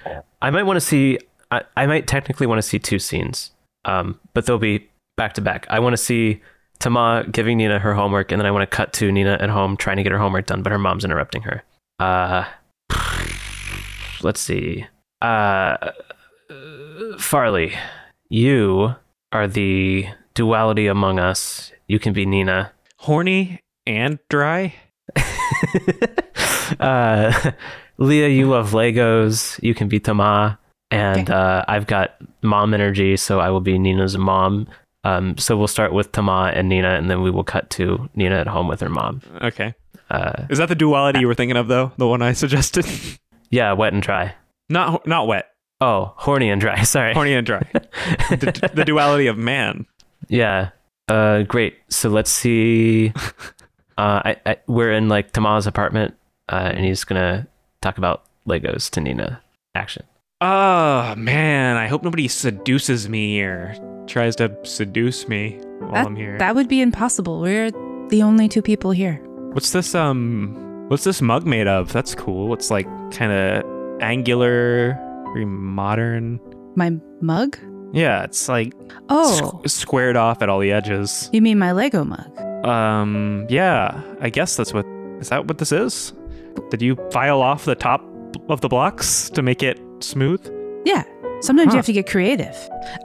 [SPEAKER 1] I might want to see. I, I might technically want to see two scenes. Um. But they'll be back to back. I want to see Tama giving Nina her homework, and then I want to cut to Nina at home trying to get her homework done, but her mom's interrupting her. Uh. [sighs] Let's see. Uh. Farley, you are the duality among us. You can be Nina.
[SPEAKER 2] Horny and dry.
[SPEAKER 1] [laughs] uh, Leah, you love Legos. You can be Tama. And uh, I've got mom energy, so I will be Nina's mom. Um, so we'll start with Tama and Nina, and then we will cut to Nina at home with her mom.
[SPEAKER 2] Okay.
[SPEAKER 1] Uh,
[SPEAKER 2] Is that the duality you were thinking of though? The one I suggested?
[SPEAKER 1] yeah, wet and dry.
[SPEAKER 2] [laughs] not ho- not wet.
[SPEAKER 1] Oh, horny and dry. [laughs] Sorry.
[SPEAKER 2] Horny and dry. the, the duality of man.
[SPEAKER 1] Yeah. Uh, great. So let's
[SPEAKER 2] [laughs]
[SPEAKER 1] see. Uh, I, I, we're in like Tama's apartment, uh, and he's gonna talk about Legos to Nina. Action.
[SPEAKER 2] Oh man, I hope nobody seduces me or tries to seduce me while
[SPEAKER 3] That,
[SPEAKER 2] I'm here.
[SPEAKER 3] that would be impossible. We're the only two people here.
[SPEAKER 2] What's this um what's this mug made of? That's cool. It's like kind of angular, very modern.
[SPEAKER 3] My mug?
[SPEAKER 2] Yeah, it's like
[SPEAKER 3] Oh,
[SPEAKER 2] squ- squared off at all the edges.
[SPEAKER 3] you mean my Lego mug?
[SPEAKER 2] Um, yeah, I guess that's what is that what this is? Did you file off the top of the blocks to make it smooth?
[SPEAKER 3] Yeah. Sometimes
[SPEAKER 2] Huh.
[SPEAKER 3] you have to get creative.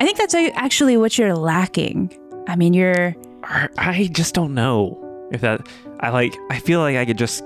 [SPEAKER 3] I think that's a- actually what you're lacking. I mean, you're
[SPEAKER 2] Or- I just don't know if that I like I feel like I could just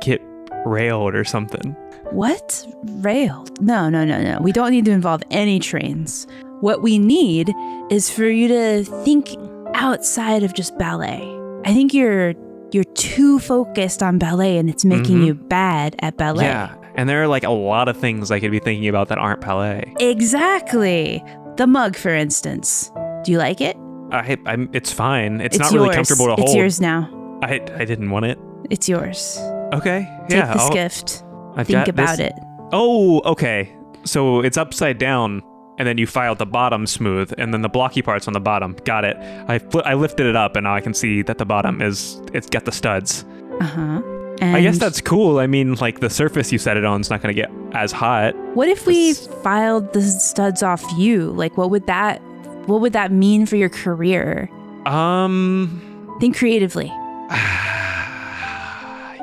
[SPEAKER 2] get railed or something.
[SPEAKER 3] what? Railed? No, no, no, no. We don't need to involve any trains. What we need is for you to think outside of just ballet. I think you're you're too focused on ballet and it's making
[SPEAKER 2] Mhm.
[SPEAKER 3] you bad at ballet.
[SPEAKER 2] Yeah. And there are like a lot of things I could be thinking about that aren't ballet.
[SPEAKER 3] Exactly. The mug, for instance. Do you like it?
[SPEAKER 2] I, I'm, it's fine. It's, not
[SPEAKER 3] yours.
[SPEAKER 2] really comfortable to
[SPEAKER 3] It's
[SPEAKER 2] hold.
[SPEAKER 3] yours now.
[SPEAKER 2] I, I didn't want it.
[SPEAKER 3] It's yours.
[SPEAKER 2] Okay.
[SPEAKER 3] Take
[SPEAKER 2] yeah.
[SPEAKER 3] this
[SPEAKER 2] I'll-
[SPEAKER 3] gift.
[SPEAKER 2] I've
[SPEAKER 3] Think
[SPEAKER 2] got
[SPEAKER 3] about
[SPEAKER 2] this.
[SPEAKER 3] it.
[SPEAKER 2] Oh, okay. So it's upside down, and then you filed the bottom smooth, and then the blocky parts on the bottom. Got it. I fli I lifted it up, and now I can see that the bottom is it's got the studs.
[SPEAKER 3] Uh huh.
[SPEAKER 2] I guess that's cool. I mean, like the surface you set it on is not going to get as hot.
[SPEAKER 3] What if we filed the studs off you? Like, what would that, what would that mean for your career?
[SPEAKER 2] Um, [sighs]
[SPEAKER 3] Think creatively.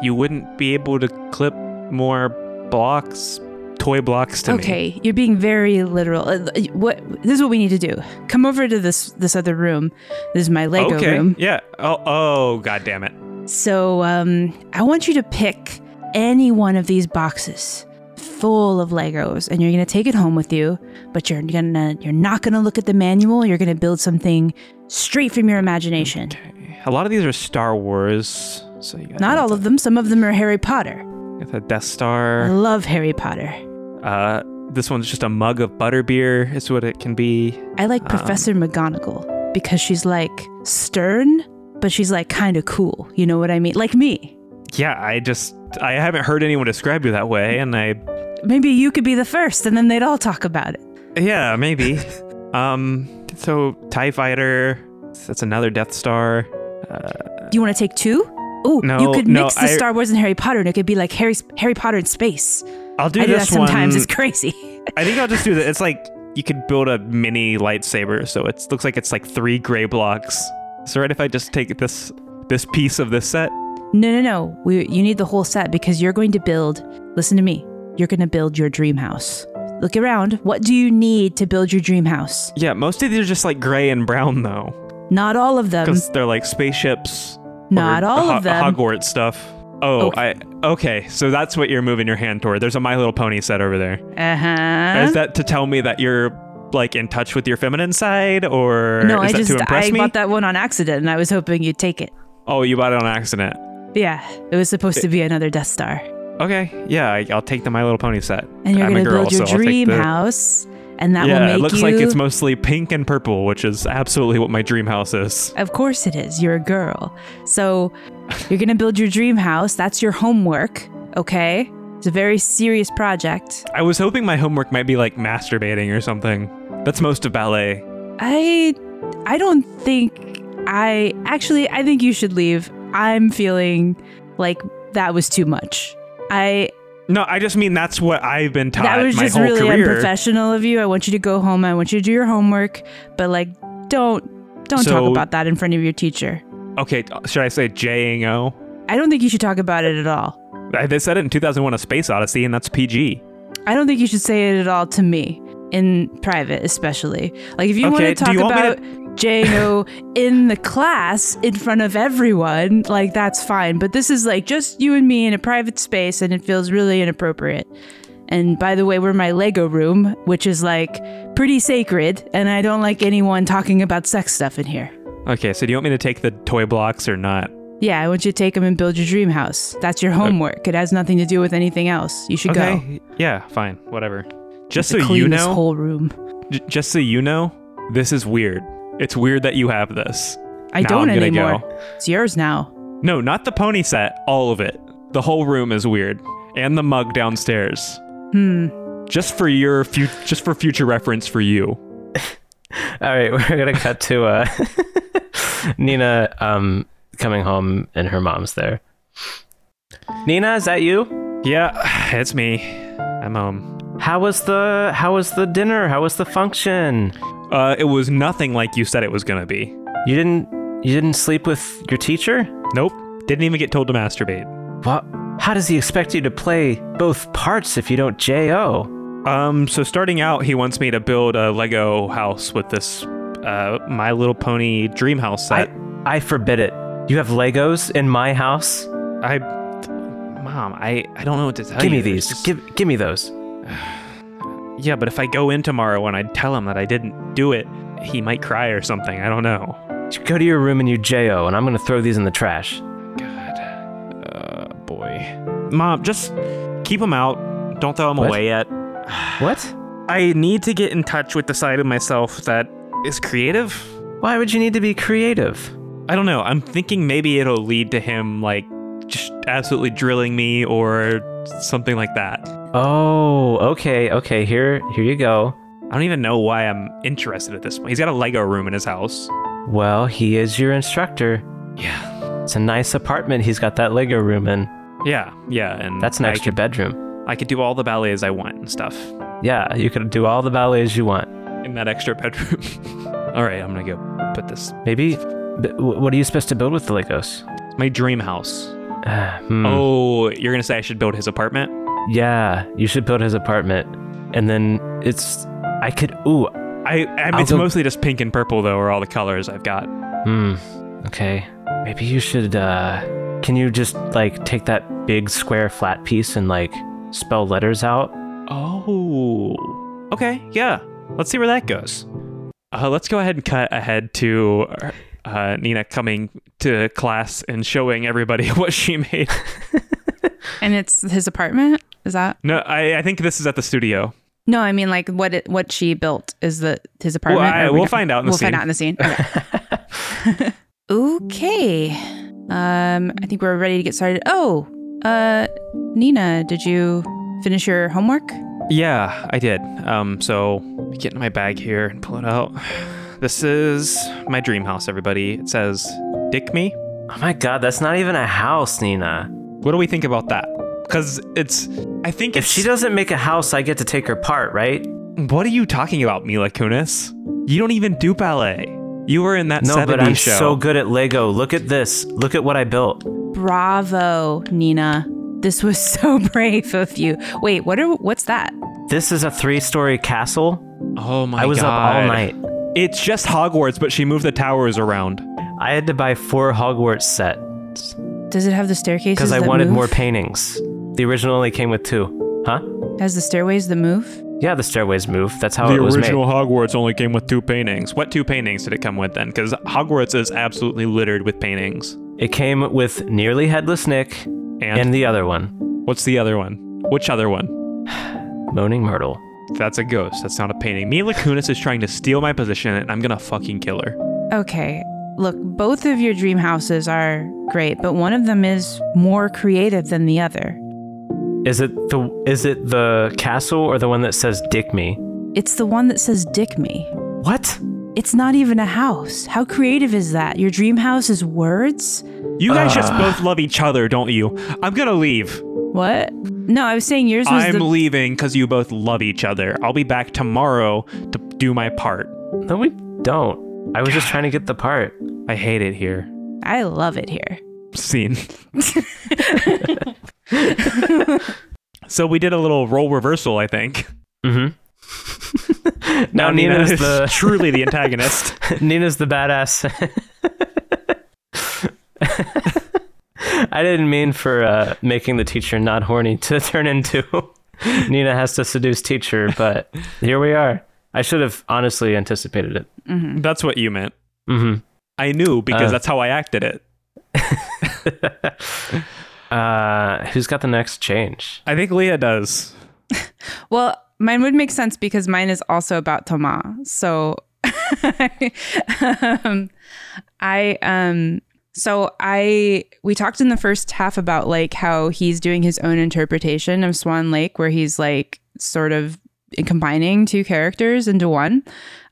[SPEAKER 2] you wouldn't be able to clip more blocks, toy blocks to me.
[SPEAKER 3] okay, you're being very literal. Uh, uh, What this is what we need to do. Come over to this this other room. This is my Lego
[SPEAKER 2] Okay.
[SPEAKER 3] room.
[SPEAKER 2] Yeah. Oh. Oh. God damn it.
[SPEAKER 3] So um, I want you to pick any one of these boxes full of Legos, and you're gonna take it home with you. But you're gonna you're not gonna look at the manual. You're gonna build something straight from your imagination.
[SPEAKER 2] A lot of these are Star Wars. So you got
[SPEAKER 3] Not all of them. Some of them are Harry Potter.
[SPEAKER 2] Got the Death
[SPEAKER 3] I
[SPEAKER 2] Star.
[SPEAKER 3] love Harry Potter.
[SPEAKER 2] Uh, this one's just a mug of butterbeer, is what it can be.
[SPEAKER 3] I like Professor McGonagall because she's like stern, but she's like kind of cool. You know what I mean? Like me.
[SPEAKER 2] Yeah, I just I haven't heard anyone describe you that way, and I
[SPEAKER 3] Maybe you could be the first, and then they'd all talk about it.
[SPEAKER 2] yeah
[SPEAKER 3] [laughs]
[SPEAKER 2] maybe. um, so Tie Fighter. That's another Death Star.
[SPEAKER 3] Do you want to take two? Ooh, you
[SPEAKER 2] No,
[SPEAKER 3] could
[SPEAKER 2] no,
[SPEAKER 3] mix the
[SPEAKER 2] I-
[SPEAKER 3] Star Wars and Harry Potter, and it could be like Harry Harry Potter in space.
[SPEAKER 2] I'll do
[SPEAKER 3] I do
[SPEAKER 2] this
[SPEAKER 3] that sometimes.
[SPEAKER 2] one.
[SPEAKER 3] It's crazy. [laughs]
[SPEAKER 2] I think I'll just do that. It's like you could build a mini lightsaber, so it looks like it's like three gray blocks. So right if I just take this this piece of this set.
[SPEAKER 3] No, no, no. We, you need the whole set because you're going to build. Listen to me. You're going to build your dream house. Look around. What do you need to build your dream house?
[SPEAKER 2] Yeah, most of these are just like gray and brown though,
[SPEAKER 3] Not all of them.
[SPEAKER 2] because they're like spaceships.
[SPEAKER 3] Not
[SPEAKER 2] or
[SPEAKER 3] all of
[SPEAKER 2] Ho-
[SPEAKER 3] them.
[SPEAKER 2] Hogwarts stuff. Oh,
[SPEAKER 3] Okay.
[SPEAKER 2] I okay. So that's what you're moving your hand toward. There's a My Little Pony set over there. Is
[SPEAKER 3] Uh huh.
[SPEAKER 2] that to tell me that you're like in touch with your feminine side, or
[SPEAKER 3] No,
[SPEAKER 2] is
[SPEAKER 3] I
[SPEAKER 2] that
[SPEAKER 3] just
[SPEAKER 2] to impress
[SPEAKER 3] I
[SPEAKER 2] me?
[SPEAKER 3] bought that one on accident, and I was hoping you'd take it.
[SPEAKER 2] oh, you bought it on accident.
[SPEAKER 3] Yeah, it was supposed to be another Death Star,
[SPEAKER 2] Okay, yeah, I, I'll take the My Little Pony set.
[SPEAKER 3] and you're
[SPEAKER 2] I'm
[SPEAKER 3] gonna
[SPEAKER 2] a girl,
[SPEAKER 3] build your
[SPEAKER 2] so I'll take
[SPEAKER 3] dream
[SPEAKER 2] the-
[SPEAKER 3] house, and that
[SPEAKER 2] yeah,
[SPEAKER 3] will make
[SPEAKER 2] it looks
[SPEAKER 3] you.
[SPEAKER 2] like it's mostly pink and purple, which is absolutely what my dream house is.
[SPEAKER 3] of course, it is. You're a girl, so you're gonna build your dream house. That's your homework. Okay, it's a very serious project.
[SPEAKER 2] I was hoping my homework might be like masturbating or something. That's most of ballet.
[SPEAKER 3] I, I don't think I actually. I think you should leave. I'm feeling like that was too much. I
[SPEAKER 2] No, I just mean that's what I've been taught
[SPEAKER 3] that was
[SPEAKER 2] my
[SPEAKER 3] just
[SPEAKER 2] whole
[SPEAKER 3] really
[SPEAKER 2] career.
[SPEAKER 3] unprofessional of you. I want you to go home. I want you to do your homework, but like, don't don't talk
[SPEAKER 2] So-
[SPEAKER 3] about that in front of your teacher.
[SPEAKER 2] Okay, t- should I say J-ing-O?
[SPEAKER 3] I don't think you should talk about it at all.
[SPEAKER 2] I- They said it in 2001 A Space Odyssey, and that's PG.
[SPEAKER 3] I don't think you should say it at all to me in private, especially. Like, if you
[SPEAKER 2] Okay,
[SPEAKER 3] want
[SPEAKER 2] do
[SPEAKER 3] to talk
[SPEAKER 2] you want me
[SPEAKER 3] about J-O in the class in front of everyone, like that's fine. But this is like just you and me in a private space, and it feels really inappropriate. And by the way, we're in my Lego room, which is like pretty sacred, and I don't like anyone talking about sex stuff in here.
[SPEAKER 2] Okay, so do you want me to take the toy blocks or not?
[SPEAKER 3] Yeah, I want you to take them and build your dream house. That's your homework. It has nothing to do with anything else. You should go.
[SPEAKER 2] Okay. Yeah, fine, whatever. Just so
[SPEAKER 3] Clean
[SPEAKER 2] you
[SPEAKER 3] this
[SPEAKER 2] know,
[SPEAKER 3] whole room.
[SPEAKER 2] j- just so you know, this is weird. It's weird that you have this.
[SPEAKER 3] I
[SPEAKER 2] Now
[SPEAKER 3] don't
[SPEAKER 2] I'm gonna
[SPEAKER 3] anymore.
[SPEAKER 2] go.
[SPEAKER 3] It's yours now.
[SPEAKER 2] No, not the pony set. All of it. The whole room is weird, and the mug downstairs.
[SPEAKER 3] Hmm.
[SPEAKER 2] Just for your, fu- just for future reference for you.
[SPEAKER 1] All right, [laughs] we're gonna cut to uh, [laughs] Nina um, coming home, and her mom's there. Nina, is that you?
[SPEAKER 2] Yeah, [sighs] it's me. I'm home.
[SPEAKER 1] How was the How was the dinner? How was the function?
[SPEAKER 2] Uh, it was nothing like you said it was gonna be.
[SPEAKER 1] You didn't You didn't sleep with your teacher?
[SPEAKER 2] Nope. Didn't even get told to masturbate.
[SPEAKER 1] What? How does he expect you to play both parts if you don't J.O.?
[SPEAKER 2] Um, so starting out, he wants me to build a Lego house with this uh, My Little Pony dream house
[SPEAKER 1] I
[SPEAKER 2] set.
[SPEAKER 1] I forbid it. You have Legos in my house.
[SPEAKER 2] I, mom, I, I don't know what to tell
[SPEAKER 1] Give
[SPEAKER 2] you.
[SPEAKER 1] me
[SPEAKER 2] There's
[SPEAKER 1] these.
[SPEAKER 2] just-
[SPEAKER 1] Give Give me those.
[SPEAKER 2] yeah, but if I go in tomorrow and I tell him that I didn't do it, he might cry or something. I don't know.
[SPEAKER 1] Go to your room and you J.O. And I'm gonna throw these in the trash.
[SPEAKER 2] Mom, just keep them out. Don't throw them
[SPEAKER 1] What?
[SPEAKER 2] away yet.
[SPEAKER 1] What?
[SPEAKER 2] I need to get in touch with the side of myself that is creative.
[SPEAKER 1] Why would you need to be creative?
[SPEAKER 2] I don't know. I'm thinking maybe it'll lead to him like just absolutely drilling me or something like that.
[SPEAKER 1] Oh, okay, okay. Here, here you go.
[SPEAKER 2] I don't even know why I'm interested at this point. He's got a Lego room in his house.
[SPEAKER 1] Well, he is your instructor.
[SPEAKER 2] Yeah.
[SPEAKER 1] It's a nice apartment. He's got that Lego room in.
[SPEAKER 2] Yeah, yeah, and
[SPEAKER 1] That's an
[SPEAKER 2] I
[SPEAKER 1] extra
[SPEAKER 2] could,
[SPEAKER 1] bedroom.
[SPEAKER 2] I could do all the ballets I want and stuff
[SPEAKER 1] Yeah, you could do all the ballets you want.
[SPEAKER 2] in that extra bedroom. [laughs] all right, I'm gonna go put this.
[SPEAKER 1] Maybe. but wh- What are you supposed to build with the Legos? [sighs]
[SPEAKER 2] It's my dream house.
[SPEAKER 1] Ah, hmm.
[SPEAKER 2] Oh, you're gonna say I should build his apartment?
[SPEAKER 1] Yeah, you should build his apartment. And then it's. I could. Ooh.
[SPEAKER 2] I, I mean,
[SPEAKER 1] I'll
[SPEAKER 2] it's
[SPEAKER 1] go-
[SPEAKER 2] mostly just pink and purple though, are all the colors I've got.
[SPEAKER 1] Hmm. Okay. Maybe you should, uh. Can you just, like, take that big square flat piece and, like, spell letters out?
[SPEAKER 2] Oh. Okay, yeah. Let's see where that goes. Uh, let's go ahead and cut ahead to uh, Nina coming to class and showing everybody [laughs] what she made.
[SPEAKER 3] And it's his apartment. Is that
[SPEAKER 2] no, I, I think this is at the studio.
[SPEAKER 3] no? I mean, like what it, what she built is the his apartment.
[SPEAKER 2] Well, I-
[SPEAKER 3] Or we
[SPEAKER 2] we'll
[SPEAKER 3] don't-
[SPEAKER 2] find out in the
[SPEAKER 3] we'll
[SPEAKER 2] scene.
[SPEAKER 3] find out in the
[SPEAKER 2] [laughs]
[SPEAKER 3] scene. Okay. [laughs] okay. Um, I think we're ready to get started. Oh, uh, Nina, did you finish your homework?
[SPEAKER 2] Yeah, I did. Um, so get in my bag here and pull it out. [sighs] This is my dream house, everybody. It says Dick Me.
[SPEAKER 1] Oh my god, that's not even a house, Nina.
[SPEAKER 2] What do we think about that? Because it's, I think
[SPEAKER 1] If
[SPEAKER 2] it's.
[SPEAKER 1] she doesn't make a house, I get to take her part, right?
[SPEAKER 2] what are you talking about, Mila Kunis? You don't even do ballet. You were in that
[SPEAKER 1] No,
[SPEAKER 2] 70s
[SPEAKER 1] but I'm
[SPEAKER 2] show.
[SPEAKER 1] so good at Lego. Look at this. Look at what I built.
[SPEAKER 3] Bravo, Nina. This was [laughs] so brave of you. Wait, what are what's that?
[SPEAKER 1] This is a three-story castle.
[SPEAKER 2] Oh my
[SPEAKER 1] I was up all
[SPEAKER 2] God.
[SPEAKER 1] night.
[SPEAKER 2] It's just Hogwarts, but she moved the towers around.
[SPEAKER 1] I had to buy four Hogwarts set
[SPEAKER 3] Does it have the staircases?
[SPEAKER 1] because I
[SPEAKER 3] that
[SPEAKER 1] wanted
[SPEAKER 3] move?
[SPEAKER 1] more paintings. The original only came with two. Huh?
[SPEAKER 3] Has the stairways the move?
[SPEAKER 1] Yeah, the stairways move. That's how Oh, it was made.
[SPEAKER 2] Hogwarts only came with two paintings. What two paintings did it come with then? Because Hogwarts is absolutely littered with paintings.
[SPEAKER 1] It came with nearly headless Nick and,
[SPEAKER 2] And,
[SPEAKER 1] the other one,
[SPEAKER 2] what's the other one? Which other one?
[SPEAKER 1] Moaning Myrtle.
[SPEAKER 2] That's a ghost. That's not a painting. Mila Kunis is trying to steal my position, and I'm gonna fucking kill her.
[SPEAKER 3] Okay. Look, both of your dream houses are great, but one of them is more creative than the other.
[SPEAKER 1] Is it the is it the castle or the one that says "Dick me"?
[SPEAKER 3] It's the one that says dick me.
[SPEAKER 1] What?
[SPEAKER 3] It's not even a house. How creative is that? Your dream house is words?
[SPEAKER 2] You guys just
[SPEAKER 3] Ah.
[SPEAKER 2] both love each other, don't you? I'm gonna leave.
[SPEAKER 3] What? No, I was saying yours was
[SPEAKER 2] I'm
[SPEAKER 3] the
[SPEAKER 2] leaving because you both love each other. I'll be back tomorrow to do my part.
[SPEAKER 1] No, we don't. I was just trying to get the part.
[SPEAKER 2] I hate it here.
[SPEAKER 3] I love it here.
[SPEAKER 2] Scene. [laughs] so we did a little role reversal, I think.
[SPEAKER 1] [laughs] Mm-hmm. now Nina's the
[SPEAKER 2] [laughs] truly
[SPEAKER 1] [laughs]
[SPEAKER 2] the antagonist.
[SPEAKER 1] Nina's the badass. I didn't mean for uh, making the teacher not horny to [laughs] turn into Nina has to seduce teacher, but here we are. I should have honestly anticipated it.
[SPEAKER 2] That's what you meant.
[SPEAKER 1] hmm
[SPEAKER 2] I knew because
[SPEAKER 1] Uh.
[SPEAKER 2] that's how I acted it.
[SPEAKER 1] Mm-hmm. [laughs] uh, who's got the next change?
[SPEAKER 2] I think Leah does.
[SPEAKER 3] Well, mine would make sense because mine is also about Thomas. So [laughs] um, I um so I we talked in the first half about like how he's doing his own interpretation of Swan Lake where he's like sort of combining two characters into one.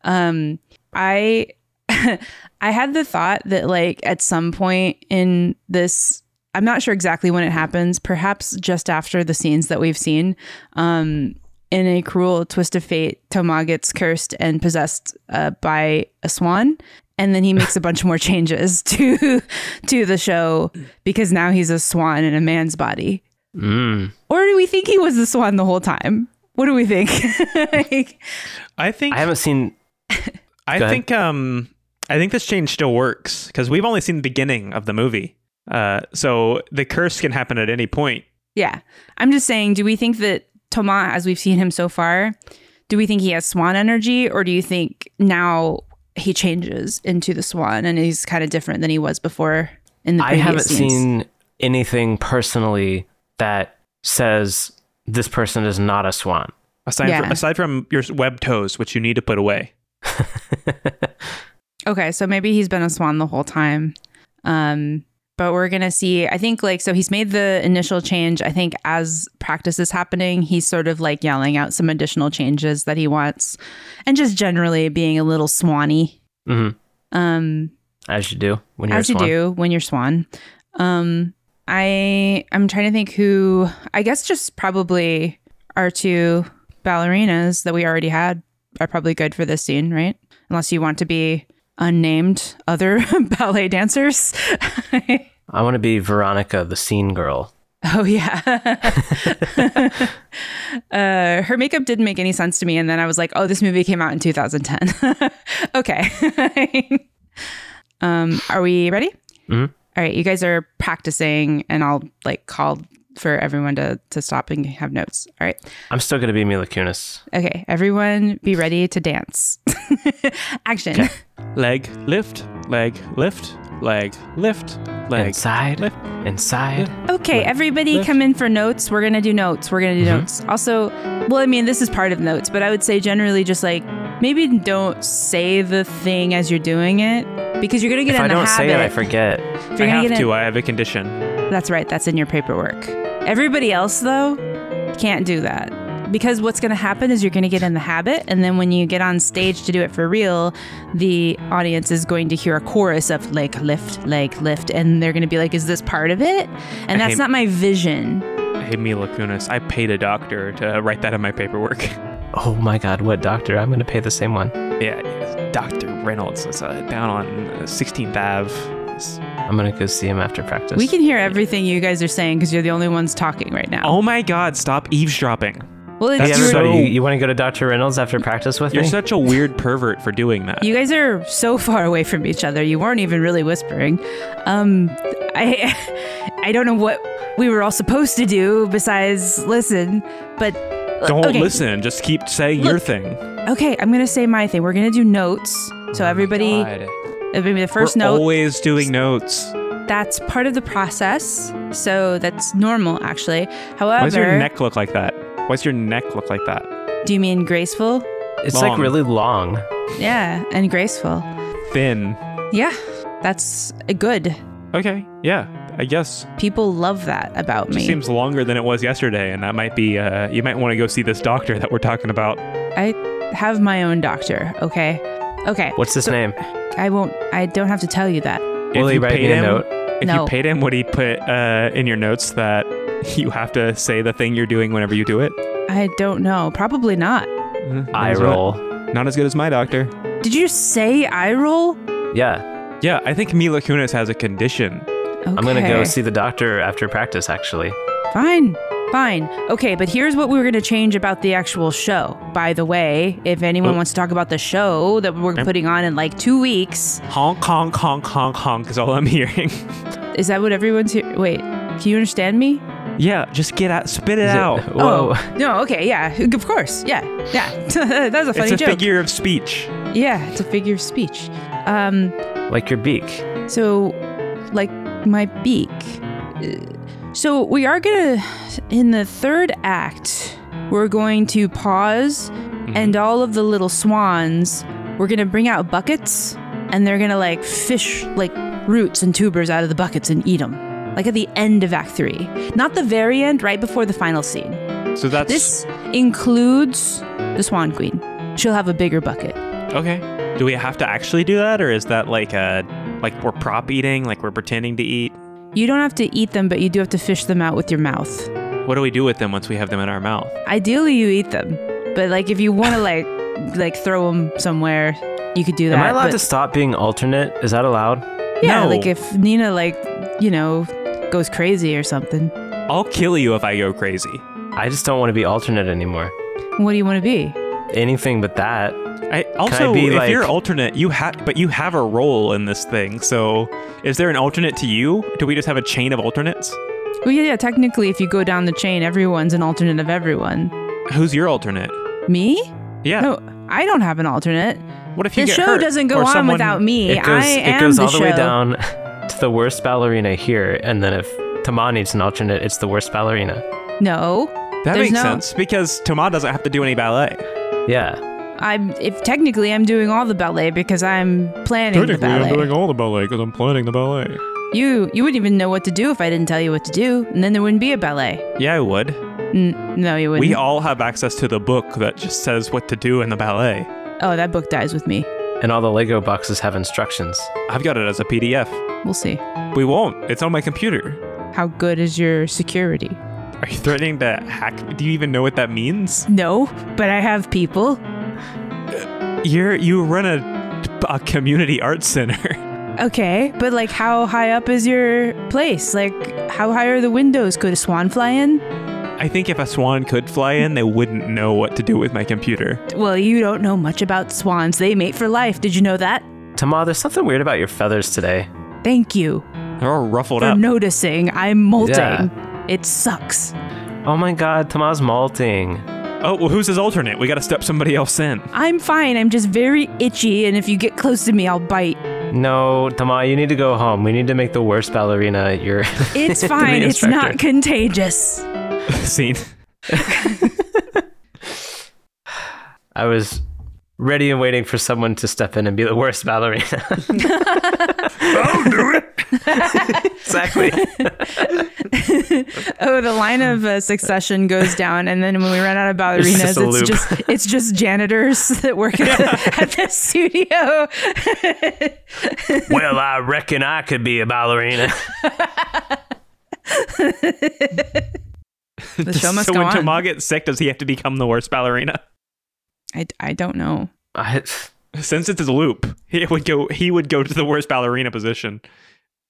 [SPEAKER 3] Um I [laughs] I had the thought that like at some point in this I'm not sure exactly when it happens, perhaps just after the scenes that we've seen, um, in a cruel twist of fate, Toma gets cursed and possessed uh, by a swan, and then he makes a
[SPEAKER 1] [laughs]
[SPEAKER 3] bunch more changes to to the show because now he's a swan in a man's body.
[SPEAKER 1] Mm.
[SPEAKER 3] Or do we think he was the swan the whole time? What do we think? [laughs] Like,
[SPEAKER 2] I think
[SPEAKER 1] I haven't seen.
[SPEAKER 2] I
[SPEAKER 1] Go ahead.
[SPEAKER 2] think um I think this change still works because we've only seen the beginning of the movie. Uh, so the curse can happen at any point.
[SPEAKER 3] yeah, I'm just saying. Do we think that Toma, as we've seen him so far, do we think he has swan energy, or do you think now he changes into the swan and he's kind of different than he was before? In the
[SPEAKER 1] I
[SPEAKER 3] previous
[SPEAKER 1] haven't
[SPEAKER 3] scenes?
[SPEAKER 1] seen anything personally that says this person is not a swan.
[SPEAKER 2] Aside,
[SPEAKER 3] Yeah.
[SPEAKER 2] from, aside from your web toes, which you need to put away.
[SPEAKER 3] Okay, so maybe he's been a swan the whole time. Um, but we're gonna see. I think like so he's made the initial change. I think as practice is happening, he's sort of like yelling out some additional changes that he wants, and just generally being a little swanny.
[SPEAKER 1] hmm
[SPEAKER 3] Um,
[SPEAKER 1] As you do when you're
[SPEAKER 3] as
[SPEAKER 1] a swan.
[SPEAKER 3] you do when you're swan um i i'm trying to think who i guess just probably our two ballerinas that we already had are probably good for this scene right unless you want to be unnamed other [laughs] ballet dancers [laughs]
[SPEAKER 1] I want to be Veronica, the scene girl.
[SPEAKER 3] oh yeah uh, her makeup didn't make any sense to me and then i was like oh this movie came out in 2010 [laughs] okay um are we ready
[SPEAKER 1] Mhm.
[SPEAKER 3] All right, you guys are practicing, and I'll like call for everyone to to stop and have notes. All right,
[SPEAKER 1] I'm still gonna be Mila Kunis.
[SPEAKER 3] okay, everyone, be ready to dance. [laughs] Action.
[SPEAKER 2] Leg lift, leg lift, leg lift, leg.
[SPEAKER 1] Inside,
[SPEAKER 2] lift.
[SPEAKER 1] inside.
[SPEAKER 3] Okay, everybody
[SPEAKER 2] lift.
[SPEAKER 3] come in for notes. We're going to do notes. We're going to do
[SPEAKER 1] Mm-hmm.
[SPEAKER 3] notes. Also, well, I mean, this is part of notes, but I would say generally just like maybe don't say the thing as you're doing it because you're going to get
[SPEAKER 1] If
[SPEAKER 3] in
[SPEAKER 1] I
[SPEAKER 3] the
[SPEAKER 1] don't
[SPEAKER 3] habit.
[SPEAKER 1] say it, I forget.
[SPEAKER 3] If
[SPEAKER 2] I
[SPEAKER 3] you're gonna
[SPEAKER 2] have
[SPEAKER 3] get in-
[SPEAKER 2] to. I have a condition.
[SPEAKER 3] That's right. That's in your paperwork. Everybody else, though, can't do that because what's going to happen is you're going to get in the habit. And then when you get on stage to do it for real, the audience is going to hear a chorus of like lift, like lift. And they're going to be like, is this part of it? And that's
[SPEAKER 2] hate-
[SPEAKER 3] not my vision.
[SPEAKER 2] Hey, Mila Kunis, I paid a doctor to write that in my paperwork. [laughs]
[SPEAKER 1] Oh my God, what doctor? I'm gonna pay the same one.
[SPEAKER 2] Yeah, yes. Dr. Reynolds is uh, down on uh, 16th Ave. It's-
[SPEAKER 1] I'm gonna go see him after practice.
[SPEAKER 3] We can hear everything you guys are saying because you're the only ones talking right now.
[SPEAKER 2] Oh my god, stop eavesdropping.
[SPEAKER 3] well,
[SPEAKER 1] Hey,
[SPEAKER 3] it's
[SPEAKER 2] That's
[SPEAKER 3] your,
[SPEAKER 1] everybody,
[SPEAKER 2] so-
[SPEAKER 1] you, you want to go to Dr. Reynolds after practice with
[SPEAKER 2] You're
[SPEAKER 1] me?
[SPEAKER 2] such a weird pervert for doing that.
[SPEAKER 3] you guys are so far away from each other. You weren't even really whispering. Um, I, [laughs] I don't know what we were all supposed to do besides listen, but
[SPEAKER 2] Don't
[SPEAKER 3] Uh, okay.
[SPEAKER 2] listen, just keep saying your thing.
[SPEAKER 3] Okay, I'm gonna say my thing. We're gonna do notes. So
[SPEAKER 2] Oh
[SPEAKER 3] everybody,
[SPEAKER 2] God.
[SPEAKER 3] maybe the 1st
[SPEAKER 2] We're
[SPEAKER 3] note.
[SPEAKER 2] always doing notes.
[SPEAKER 3] that's part of the process. So that's normal, actually.
[SPEAKER 2] Why
[SPEAKER 3] However,
[SPEAKER 2] does your neck look like that? Why does your neck look like that?
[SPEAKER 3] do you mean graceful?
[SPEAKER 1] it's like
[SPEAKER 2] long.
[SPEAKER 1] really long.
[SPEAKER 3] Yeah, and graceful.
[SPEAKER 2] Thin.
[SPEAKER 3] Yeah, that's uh, good.
[SPEAKER 2] Okay, yeah, I guess.
[SPEAKER 3] People love that about
[SPEAKER 2] Just
[SPEAKER 3] me.
[SPEAKER 2] seems longer than it was yesterday, and that might be, uh, you might want to go see this doctor that we're talking about.
[SPEAKER 3] I have my own doctor. Okay. Okay.
[SPEAKER 1] What's his name?
[SPEAKER 3] I won't. I don't have to tell you that.
[SPEAKER 1] Will he
[SPEAKER 2] you
[SPEAKER 1] write
[SPEAKER 2] paid
[SPEAKER 1] me a
[SPEAKER 2] him-
[SPEAKER 1] note?
[SPEAKER 2] If
[SPEAKER 3] No.
[SPEAKER 2] you paid him, would he put uh, in your notes that [laughs] you have to say the thing you're doing whenever you do it?
[SPEAKER 3] I don't know. Probably not.
[SPEAKER 2] Mm, not
[SPEAKER 1] Mm-hmm. I
[SPEAKER 2] as good-
[SPEAKER 1] roll.
[SPEAKER 2] Not as good as my doctor.
[SPEAKER 3] Did you say I roll?
[SPEAKER 1] Yeah,
[SPEAKER 2] Yeah, I think Mila Kunis has a condition.
[SPEAKER 3] Okay.
[SPEAKER 1] I'm gonna go see the doctor after practice. Actually,
[SPEAKER 3] Fine. Fine. Okay, but here's what we were going to change about the actual show. By the way, if anyone
[SPEAKER 2] Oh.
[SPEAKER 3] wants to talk about the show that we're
[SPEAKER 2] Yep.
[SPEAKER 3] putting on in like two weeks,
[SPEAKER 2] Honk, honk, honk, honk, honk is all I'm [laughs] hearing.
[SPEAKER 3] is that what everyone's here? Wait, do you understand me?
[SPEAKER 2] yeah, just get out, spit it
[SPEAKER 1] Is it- [laughs]
[SPEAKER 2] out.
[SPEAKER 3] [laughs]
[SPEAKER 1] Whoa.
[SPEAKER 3] Oh, no, okay, yeah, of course. Yeah, yeah. [laughs] That's a funny
[SPEAKER 2] It's a
[SPEAKER 3] joke.
[SPEAKER 2] figure of speech.
[SPEAKER 3] Yeah, it's a figure of speech. Um,
[SPEAKER 1] like your beak.
[SPEAKER 3] So, like my beak. Uh, So, we are going to, in the third act, we're going to pause and all of the little swans, we're going to bring out buckets and they're going to like fish like roots and tubers out of the buckets and eat them. Like at the end of Act Three. Not the very end, right before the final scene.
[SPEAKER 2] So that's
[SPEAKER 3] This includes the Swan Queen. She'll have a bigger bucket.
[SPEAKER 2] okay. Do we have to actually do that, or is that like a like we're prop eating, like we're pretending to eat?
[SPEAKER 3] You don't have to eat them, but you do have to fish them out with your mouth.
[SPEAKER 2] What do we do with them once we have them in our mouth?
[SPEAKER 3] Ideally, you eat them, but like if you want to like like throw them somewhere, you could do that.
[SPEAKER 1] Am I allowed
[SPEAKER 3] but-
[SPEAKER 1] to stop being alternate? Is that allowed?
[SPEAKER 3] Yeah,
[SPEAKER 2] No.
[SPEAKER 3] like if Nina like you know goes crazy or something.
[SPEAKER 2] I'll kill you if I go crazy.
[SPEAKER 1] I just don't want to be alternate anymore.
[SPEAKER 3] What do you want to be?
[SPEAKER 1] Anything but that.
[SPEAKER 2] I also,
[SPEAKER 1] be,
[SPEAKER 2] if
[SPEAKER 1] like-
[SPEAKER 2] you're alternate, you have, but you have a role in this thing. So, is there an alternate to you? Do we just have a chain of alternates?
[SPEAKER 3] Well, yeah, yeah. Technically, if you go down the chain, everyone's an alternate of everyone.
[SPEAKER 2] Who's your alternate?
[SPEAKER 3] Me?
[SPEAKER 2] Yeah.
[SPEAKER 3] No, I don't have an alternate.
[SPEAKER 2] What if you
[SPEAKER 3] The
[SPEAKER 2] get
[SPEAKER 3] show
[SPEAKER 2] hurt
[SPEAKER 3] doesn't go
[SPEAKER 2] or
[SPEAKER 3] on
[SPEAKER 2] someone-
[SPEAKER 3] without me.
[SPEAKER 1] it goes.
[SPEAKER 3] I am
[SPEAKER 1] it goes
[SPEAKER 3] the
[SPEAKER 1] all the way
[SPEAKER 3] show.
[SPEAKER 1] down [laughs] to the worst ballerina here, and then if Tama needs an alternate, it's the worst ballerina.
[SPEAKER 3] No.
[SPEAKER 2] That
[SPEAKER 3] There's
[SPEAKER 2] makes
[SPEAKER 3] no-
[SPEAKER 2] sense because Toma doesn't have to do any ballet.
[SPEAKER 1] Yeah.
[SPEAKER 3] I'm if technically I'm doing all the ballet because I'm planning the ballet.
[SPEAKER 2] all the ballet because I'm planning the ballet.
[SPEAKER 3] you you wouldn't even know what to do if I didn't tell you what to do, and then there wouldn't be a ballet.
[SPEAKER 2] Yeah, I would.
[SPEAKER 3] N- no, you wouldn't.
[SPEAKER 2] We all have access to the book that just says what to do in the ballet.
[SPEAKER 3] oh, that book dies with me.
[SPEAKER 1] And all the Lego boxes have instructions.
[SPEAKER 2] I've got it as a PDF.
[SPEAKER 3] We'll see.
[SPEAKER 2] We won't. It's on my computer.
[SPEAKER 3] How good is your security?
[SPEAKER 2] Are you threatening to hack? Do you even know what that means?
[SPEAKER 3] No, but I have people.
[SPEAKER 2] You're you run a, a community art center. [laughs]
[SPEAKER 3] Okay, but like, how high up is your place? Like, how high are the windows? Could a swan fly in?
[SPEAKER 2] I think if a swan could fly in, they wouldn't know what to do with my computer.
[SPEAKER 3] Well, you don't know much about swans. They mate for life. Did you know that?
[SPEAKER 1] Tama, there's something weird about your feathers today.
[SPEAKER 3] Thank you
[SPEAKER 2] They're all ruffled
[SPEAKER 3] for
[SPEAKER 2] up.
[SPEAKER 3] noticing. I'm molting.
[SPEAKER 1] Yeah.
[SPEAKER 3] It sucks.
[SPEAKER 1] Oh my god, Tama's molting.
[SPEAKER 2] oh well, who's his alternate? We got to step somebody else in. [laughs]
[SPEAKER 3] I'm fine. I'm just very itchy, and if you get close to me, I'll bite.
[SPEAKER 1] No, Tama, you need to go home. We need to make the worst ballerina your
[SPEAKER 2] [laughs]
[SPEAKER 3] It's
[SPEAKER 1] the
[SPEAKER 3] fine.
[SPEAKER 1] main
[SPEAKER 3] it's
[SPEAKER 1] instructor.
[SPEAKER 3] not contagious.
[SPEAKER 2] Scene.
[SPEAKER 1] I was ready and waiting for someone to step in and be the worst [laughs] ballerina. I'll do it. [laughs] exactly.
[SPEAKER 3] Oh, the line of uh, succession goes down, and then when we run
[SPEAKER 2] [laughs]
[SPEAKER 3] out of ballerinas,
[SPEAKER 1] just
[SPEAKER 3] it's
[SPEAKER 1] a loop.
[SPEAKER 3] just it's just janitors [laughs] that work
[SPEAKER 2] [laughs]
[SPEAKER 3] at, the, at the studio.
[SPEAKER 1] well, I reckon I could be a ballerina.
[SPEAKER 3] The show must
[SPEAKER 2] so
[SPEAKER 3] go
[SPEAKER 2] when
[SPEAKER 3] on.
[SPEAKER 2] Tama gets sick, does he have to become the worst ballerina?
[SPEAKER 3] I, I
[SPEAKER 2] [laughs]
[SPEAKER 3] don't know.
[SPEAKER 1] I,
[SPEAKER 2] Since it's a loop, he would go. He would go to the worst ballerina position.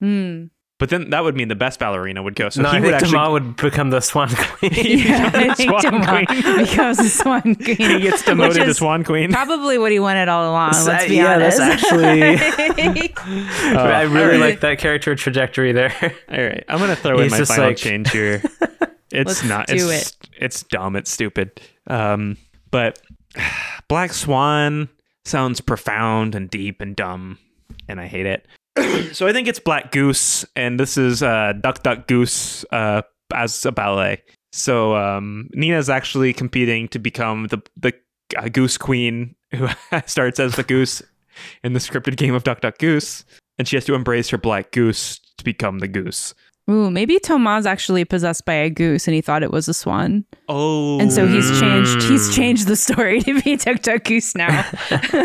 [SPEAKER 3] Hmm.
[SPEAKER 2] But then that would mean the best ballerina would go. So
[SPEAKER 1] no,
[SPEAKER 2] he
[SPEAKER 1] I
[SPEAKER 2] would
[SPEAKER 1] think
[SPEAKER 2] actually.
[SPEAKER 1] Tama would become the swan [laughs] queen.
[SPEAKER 3] Yeah, [laughs] I think
[SPEAKER 2] Swan
[SPEAKER 3] Jamal
[SPEAKER 2] queen.
[SPEAKER 3] becomes a swan queen.
[SPEAKER 2] [laughs] he gets
[SPEAKER 3] which
[SPEAKER 2] demoted to
[SPEAKER 3] is
[SPEAKER 2] Swan Queen.
[SPEAKER 3] Probably what he wanted all along.
[SPEAKER 1] Is
[SPEAKER 3] let's
[SPEAKER 1] that-
[SPEAKER 3] be
[SPEAKER 1] yeah,
[SPEAKER 3] honest.
[SPEAKER 1] that's actually- I really
[SPEAKER 3] alright.
[SPEAKER 1] like that character trajectory there.
[SPEAKER 2] [laughs] All right, I'm gonna throw in
[SPEAKER 1] He's
[SPEAKER 2] my
[SPEAKER 1] just
[SPEAKER 2] final
[SPEAKER 1] like- [laughs]
[SPEAKER 2] change here. It's
[SPEAKER 3] Let's
[SPEAKER 2] not.
[SPEAKER 3] do
[SPEAKER 2] it's, It's dumb. It's stupid. Um, but [sighs] Black Swan sounds profound and deep and dumb, and I hate it. so I think it's Black Goose, and this is uh, Duck Duck Goose uh, as a ballet. So um, Nina's actually competing to become the the uh, Goose Queen, [laughs] who starts as the goose in the scripted game of Duck Duck Goose, and she has to embrace her black goose to become the goose.
[SPEAKER 3] [laughs] Ooh, maybe Tomas actually possessed by a goose, and he thought it was a swan,
[SPEAKER 2] Oh,
[SPEAKER 3] and so he's changed.
[SPEAKER 1] Mm.
[SPEAKER 3] He's changed the story to be Tuk Tuk Goose
[SPEAKER 1] [laughs]
[SPEAKER 3] now. [laughs]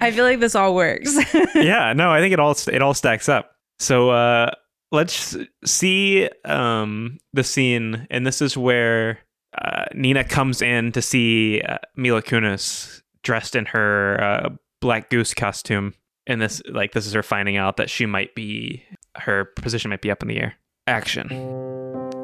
[SPEAKER 3] I feel like this all works. [laughs]
[SPEAKER 2] yeah. No, I think it all it all stacks up. So uh, let's see um, the scene, and this is where uh, Nina comes in to see uh, Mila Kunis dressed in her uh, black goose costume, and this like this is her finding out that she might be her position might be up in the air. Action.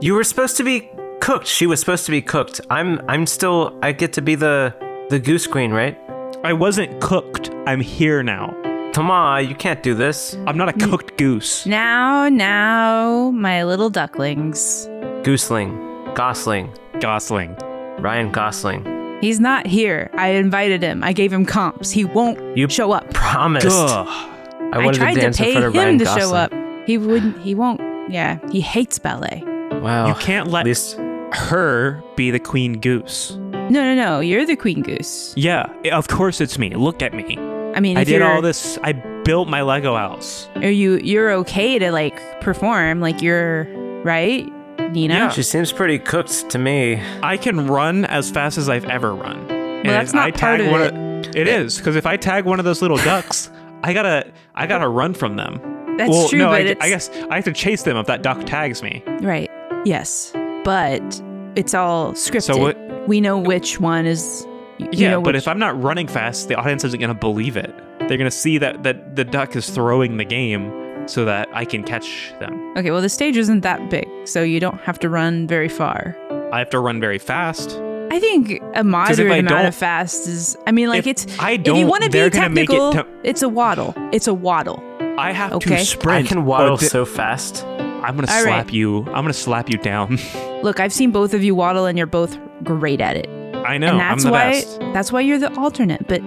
[SPEAKER 1] You were supposed to be cooked. She was supposed to be cooked. I'm I'm still I get to be the the goose queen, right?
[SPEAKER 2] I wasn't cooked. I'm here now.
[SPEAKER 1] Tama, you can't do this.
[SPEAKER 2] I'm not a cooked goose.
[SPEAKER 3] now, now, my little ducklings.
[SPEAKER 1] Goosling. Gosling.
[SPEAKER 2] Gosling.
[SPEAKER 1] Ryan Gosling.
[SPEAKER 3] He's not here. I invited him. I gave him comps. He won't
[SPEAKER 1] You-
[SPEAKER 3] show up.
[SPEAKER 1] Promised. I wanted to
[SPEAKER 3] tried to
[SPEAKER 1] dance in
[SPEAKER 3] pay
[SPEAKER 1] front of
[SPEAKER 3] him
[SPEAKER 1] Ryan
[SPEAKER 3] to
[SPEAKER 1] Gosling.
[SPEAKER 3] show up. He wouldn't. He won't. Yeah, he hates ballet.
[SPEAKER 1] Wow.
[SPEAKER 2] You can't let
[SPEAKER 1] At least
[SPEAKER 2] her be the queen goose.
[SPEAKER 3] No, no, no. You're the queen goose.
[SPEAKER 2] Yeah, of course it's me. Look at me.
[SPEAKER 3] I mean, if
[SPEAKER 2] I did
[SPEAKER 3] you're,
[SPEAKER 2] all this. I built my Lego house.
[SPEAKER 3] Are you? You're okay to like perform. Like you're right, Nina.
[SPEAKER 2] Yeah.
[SPEAKER 1] she seems pretty cooked to me.
[SPEAKER 2] I can run as fast as I've ever run. and
[SPEAKER 3] that's
[SPEAKER 2] if
[SPEAKER 3] not
[SPEAKER 2] I tag
[SPEAKER 3] part of
[SPEAKER 2] one it is because if I tag one of those little ducks, I gotta I gotta run from them.
[SPEAKER 3] That's
[SPEAKER 2] well,
[SPEAKER 3] true,
[SPEAKER 2] no,
[SPEAKER 3] but
[SPEAKER 2] I,
[SPEAKER 3] it's
[SPEAKER 2] I guess I have to chase them if that duck tags me.
[SPEAKER 3] right. Yes, but it's all scripted.
[SPEAKER 2] So what-
[SPEAKER 3] We know which one is. you
[SPEAKER 2] Yeah,
[SPEAKER 3] know
[SPEAKER 2] but
[SPEAKER 3] which-
[SPEAKER 2] if I'm not running fast, the audience isn't gonna believe it. They're gonna see that that the duck is throwing the game so that I can catch them.
[SPEAKER 3] okay, well, the stage isn't that big, so you don't have to run very far.
[SPEAKER 2] I have to run very fast.
[SPEAKER 3] I think a moderate
[SPEAKER 2] I
[SPEAKER 3] amount
[SPEAKER 2] don't-
[SPEAKER 3] of fast is. I mean, like
[SPEAKER 2] If
[SPEAKER 3] it's.
[SPEAKER 2] I
[SPEAKER 3] If you
[SPEAKER 2] don't,
[SPEAKER 3] want to be
[SPEAKER 2] they're gonna make it
[SPEAKER 3] technical,
[SPEAKER 2] to-
[SPEAKER 3] it's a waddle. It's a waddle.
[SPEAKER 2] I have
[SPEAKER 3] Okay.
[SPEAKER 2] to
[SPEAKER 1] I
[SPEAKER 2] sprint.
[SPEAKER 1] can
[SPEAKER 2] or
[SPEAKER 1] waddle
[SPEAKER 2] di-
[SPEAKER 1] so fast.
[SPEAKER 2] I'm gonna
[SPEAKER 3] All
[SPEAKER 2] slap
[SPEAKER 3] right.
[SPEAKER 2] you. I'm gonna slap you down. [laughs]
[SPEAKER 3] Look, I've seen both of you waddle, and you're both great at it.
[SPEAKER 2] I know. I'm
[SPEAKER 3] and that's
[SPEAKER 2] the
[SPEAKER 3] why
[SPEAKER 2] best.
[SPEAKER 3] that's why you're the alternate. But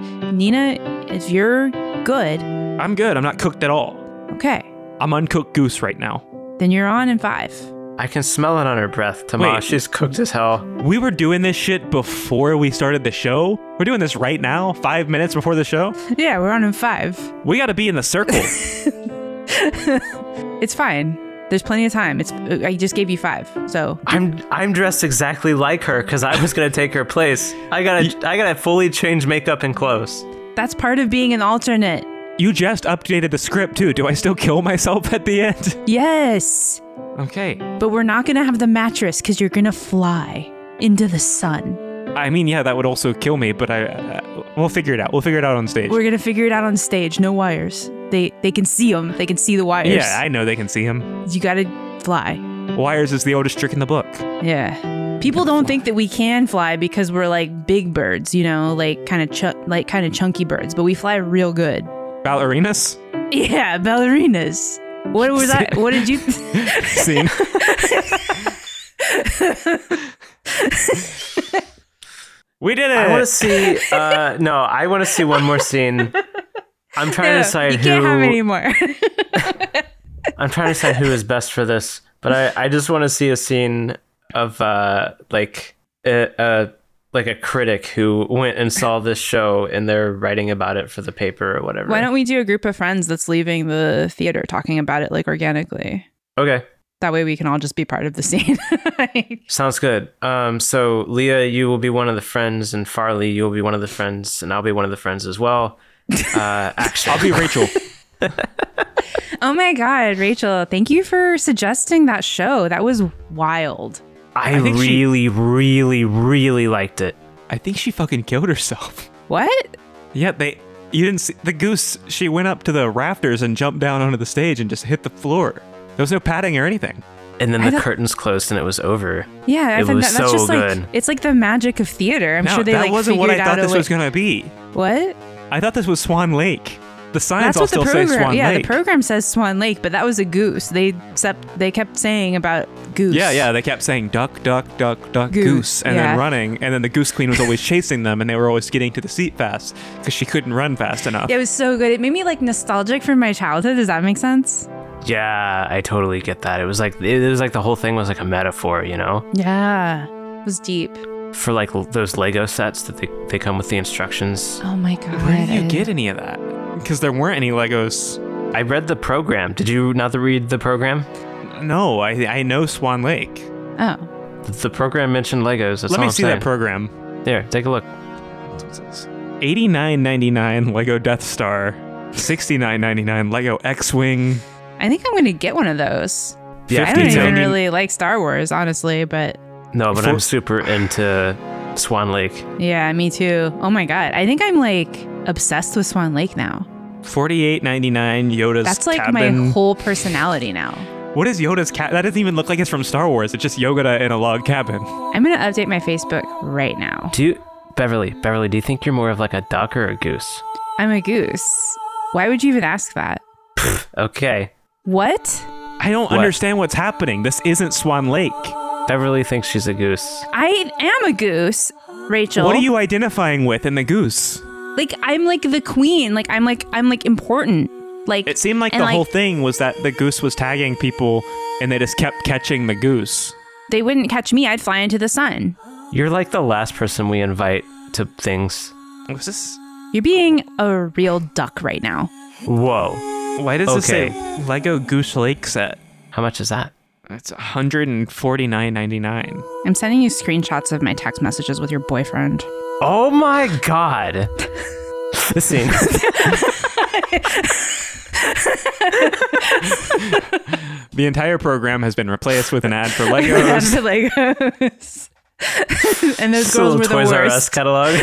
[SPEAKER 3] Nina, if you're good,
[SPEAKER 2] I'm good. I'm not cooked at all.
[SPEAKER 3] okay,
[SPEAKER 2] I'm uncooked goose right now.
[SPEAKER 3] then you're on in five. [laughs]
[SPEAKER 1] I can smell it on her breath. Tama,
[SPEAKER 2] Wait.
[SPEAKER 1] she's cooked as hell.
[SPEAKER 2] We were doing this shit before we started the show. We're doing this right now, five minutes before the
[SPEAKER 3] [laughs]
[SPEAKER 2] show.
[SPEAKER 3] Yeah, we're on in five.
[SPEAKER 2] We got to be in the
[SPEAKER 3] [laughs]
[SPEAKER 2] circle.
[SPEAKER 3] It's fine. There's plenty of time. It's I just gave you five. So
[SPEAKER 1] I'm I'm dressed exactly like her because I was gonna take her place. I gotta I gotta fully change makeup and clothes.
[SPEAKER 3] that's part of being an alternate.
[SPEAKER 2] you just updated the script too. Do I still kill myself at the end? [laughs]
[SPEAKER 3] Yes.
[SPEAKER 2] Okay.
[SPEAKER 3] But we're not gonna have the mattress because you're gonna fly into the sun.
[SPEAKER 2] I mean, yeah, that would also kill me, but I, uh, we'll figure it out. We'll figure it out on stage.
[SPEAKER 3] We're gonna figure it out on stage. No wires. They they can see them. They can see the wires.
[SPEAKER 2] yeah, I know they can see him.
[SPEAKER 3] you gotta fly.
[SPEAKER 2] Wires is the oldest trick in the book.
[SPEAKER 3] Yeah. People don't think that we can fly because we're like big birds, you know, like kind of chu- like kind of chunky birds, but we fly real good. [laughs]
[SPEAKER 2] Ballerinas?
[SPEAKER 3] Yeah, ballerinas. What was that? What
[SPEAKER 2] [laughs]
[SPEAKER 3] did you? [laughs]
[SPEAKER 2] Scene. we did it.
[SPEAKER 1] I want to see. Uh, no, I want to see one more
[SPEAKER 2] [laughs]
[SPEAKER 1] scene. I'm trying
[SPEAKER 3] [laughs]
[SPEAKER 1] to decide
[SPEAKER 3] you
[SPEAKER 1] who.
[SPEAKER 3] can't have any more. [laughs]
[SPEAKER 1] I'm trying to decide who is best for this, but I, I just want to see a scene of uh like a, a like a critic who went and saw this show and they're writing about it for the paper or whatever.
[SPEAKER 3] Why don't we do a group of friends that's leaving the theater talking about it like organically?
[SPEAKER 1] Okay,
[SPEAKER 3] That way we can all just be part of the [laughs] scene.
[SPEAKER 1] sounds good. Um, so Leah, you will be one of the friends, and Farley, you will be one of the friends, and I'll be one of the friends as well.
[SPEAKER 3] [laughs]
[SPEAKER 1] Uh, action.
[SPEAKER 2] I'll be Rachel.
[SPEAKER 3] oh my god, Rachel, thank you for suggesting that show. That was wild.
[SPEAKER 1] [laughs] I,
[SPEAKER 2] I think she-
[SPEAKER 1] really, really, really liked it.
[SPEAKER 2] I think she fucking killed herself.
[SPEAKER 3] What?
[SPEAKER 2] Yeah, they. You didn't see the goose. She went up to the rafters and jumped down onto the stage and just hit the floor. There was no padding or anything.
[SPEAKER 1] And then
[SPEAKER 3] I
[SPEAKER 1] the
[SPEAKER 3] don't-
[SPEAKER 1] curtains closed and it was over.
[SPEAKER 3] Yeah, I
[SPEAKER 1] It
[SPEAKER 3] think
[SPEAKER 1] was
[SPEAKER 3] that, that's
[SPEAKER 1] so
[SPEAKER 3] just
[SPEAKER 1] good.
[SPEAKER 3] like it's like the magic of theater. I'm
[SPEAKER 2] no,
[SPEAKER 3] sure they
[SPEAKER 2] that
[SPEAKER 3] like
[SPEAKER 2] wasn't what I
[SPEAKER 3] figured
[SPEAKER 2] thought
[SPEAKER 3] out
[SPEAKER 2] this
[SPEAKER 3] a way-
[SPEAKER 2] was gonna be.
[SPEAKER 3] What?
[SPEAKER 2] I thought this was Swan Lake. The signs
[SPEAKER 3] That's
[SPEAKER 2] all
[SPEAKER 3] what the
[SPEAKER 2] still
[SPEAKER 3] program.
[SPEAKER 2] say Swan
[SPEAKER 3] yeah,
[SPEAKER 2] Lake.
[SPEAKER 3] the program says Swan Lake, but that was a goose. They kept they kept saying about goose.
[SPEAKER 2] Yeah, yeah. They kept saying duck, duck, duck, duck, goose,
[SPEAKER 3] Goose,
[SPEAKER 2] and then
[SPEAKER 3] yeah.
[SPEAKER 2] running, and then the goose queen was always chasing them, and they were always getting to the seat fast because she couldn't run fast enough.
[SPEAKER 3] It was so good. It made me like nostalgic for my childhood. Does that make sense?
[SPEAKER 1] Yeah, I totally get that. It was like it was like the whole thing was like a metaphor, you know?
[SPEAKER 3] Yeah. It was deep.
[SPEAKER 1] for like l- those Lego sets that they, they come with the instructions.
[SPEAKER 3] Oh my god.
[SPEAKER 2] Where did you get any of that? Because there weren't any Legos.
[SPEAKER 1] I read the program. Did you not read the program?
[SPEAKER 2] No, I I know Swan Lake.
[SPEAKER 3] Oh.
[SPEAKER 1] The program mentioned Legos. That's
[SPEAKER 2] Let
[SPEAKER 1] all
[SPEAKER 2] me
[SPEAKER 1] I'm
[SPEAKER 2] see
[SPEAKER 1] saying.
[SPEAKER 2] that program.
[SPEAKER 1] There, take a look.
[SPEAKER 2] Eighty nine ninety nine Lego Death Star. Sixty nine ninety nine Lego X Wing.
[SPEAKER 3] I think I'm gonna get one of those.
[SPEAKER 1] Yeah,
[SPEAKER 3] I don't
[SPEAKER 1] me too.
[SPEAKER 3] even really like Star Wars, honestly, but
[SPEAKER 1] No, but
[SPEAKER 2] For-
[SPEAKER 1] I'm super into Swan Lake.
[SPEAKER 3] yeah, me too. Oh my god. I think I'm like obsessed with Swan Lake now.
[SPEAKER 2] Forty eight ninety nine Yoda's
[SPEAKER 3] That's like
[SPEAKER 2] cabin.
[SPEAKER 3] my whole personality now.
[SPEAKER 2] What is Yoda's cat? That doesn't even look like it's from Star Wars. It's just Yoda in a log cabin.
[SPEAKER 3] I'm gonna update my Facebook right now.
[SPEAKER 1] Do you, Beverly? Beverly, do you think you're more of like a duck or a goose?
[SPEAKER 3] I'm a goose. Why would you even ask that?
[SPEAKER 1] Okay,
[SPEAKER 3] What?
[SPEAKER 2] I don't
[SPEAKER 1] What?
[SPEAKER 2] understand what's happening. This isn't Swan Lake.
[SPEAKER 1] Beverly thinks she's a goose.
[SPEAKER 3] I am a goose, Rachel.
[SPEAKER 2] What are you identifying with in the goose?
[SPEAKER 3] like? I'm like the queen. Like I'm like I'm like important. Like
[SPEAKER 2] It seemed like
[SPEAKER 3] and,
[SPEAKER 2] the whole thing was that the goose was tagging people and they just kept catching the goose.
[SPEAKER 3] They wouldn't catch me. I'd fly into the sun.
[SPEAKER 1] You're like the last person we invite to things.
[SPEAKER 2] Was this?
[SPEAKER 3] You're being a real duck right now.
[SPEAKER 1] Whoa,
[SPEAKER 2] Why does this
[SPEAKER 1] Okay.
[SPEAKER 2] say Lego Goose Lake set?
[SPEAKER 1] how much is that?
[SPEAKER 2] It's 149.99.
[SPEAKER 3] I'm sending you screenshots of my text messages with your boyfriend.
[SPEAKER 1] Oh my god! the
[SPEAKER 3] [laughs]
[SPEAKER 1] scene.
[SPEAKER 2] The entire program has been replaced with an ad [laughs] for
[SPEAKER 3] [laughs]
[SPEAKER 2] Legos.
[SPEAKER 3] Legos. and those
[SPEAKER 1] It's a
[SPEAKER 3] girls
[SPEAKER 1] little
[SPEAKER 3] were the
[SPEAKER 1] Toys R Us
[SPEAKER 3] worst.
[SPEAKER 1] catalog.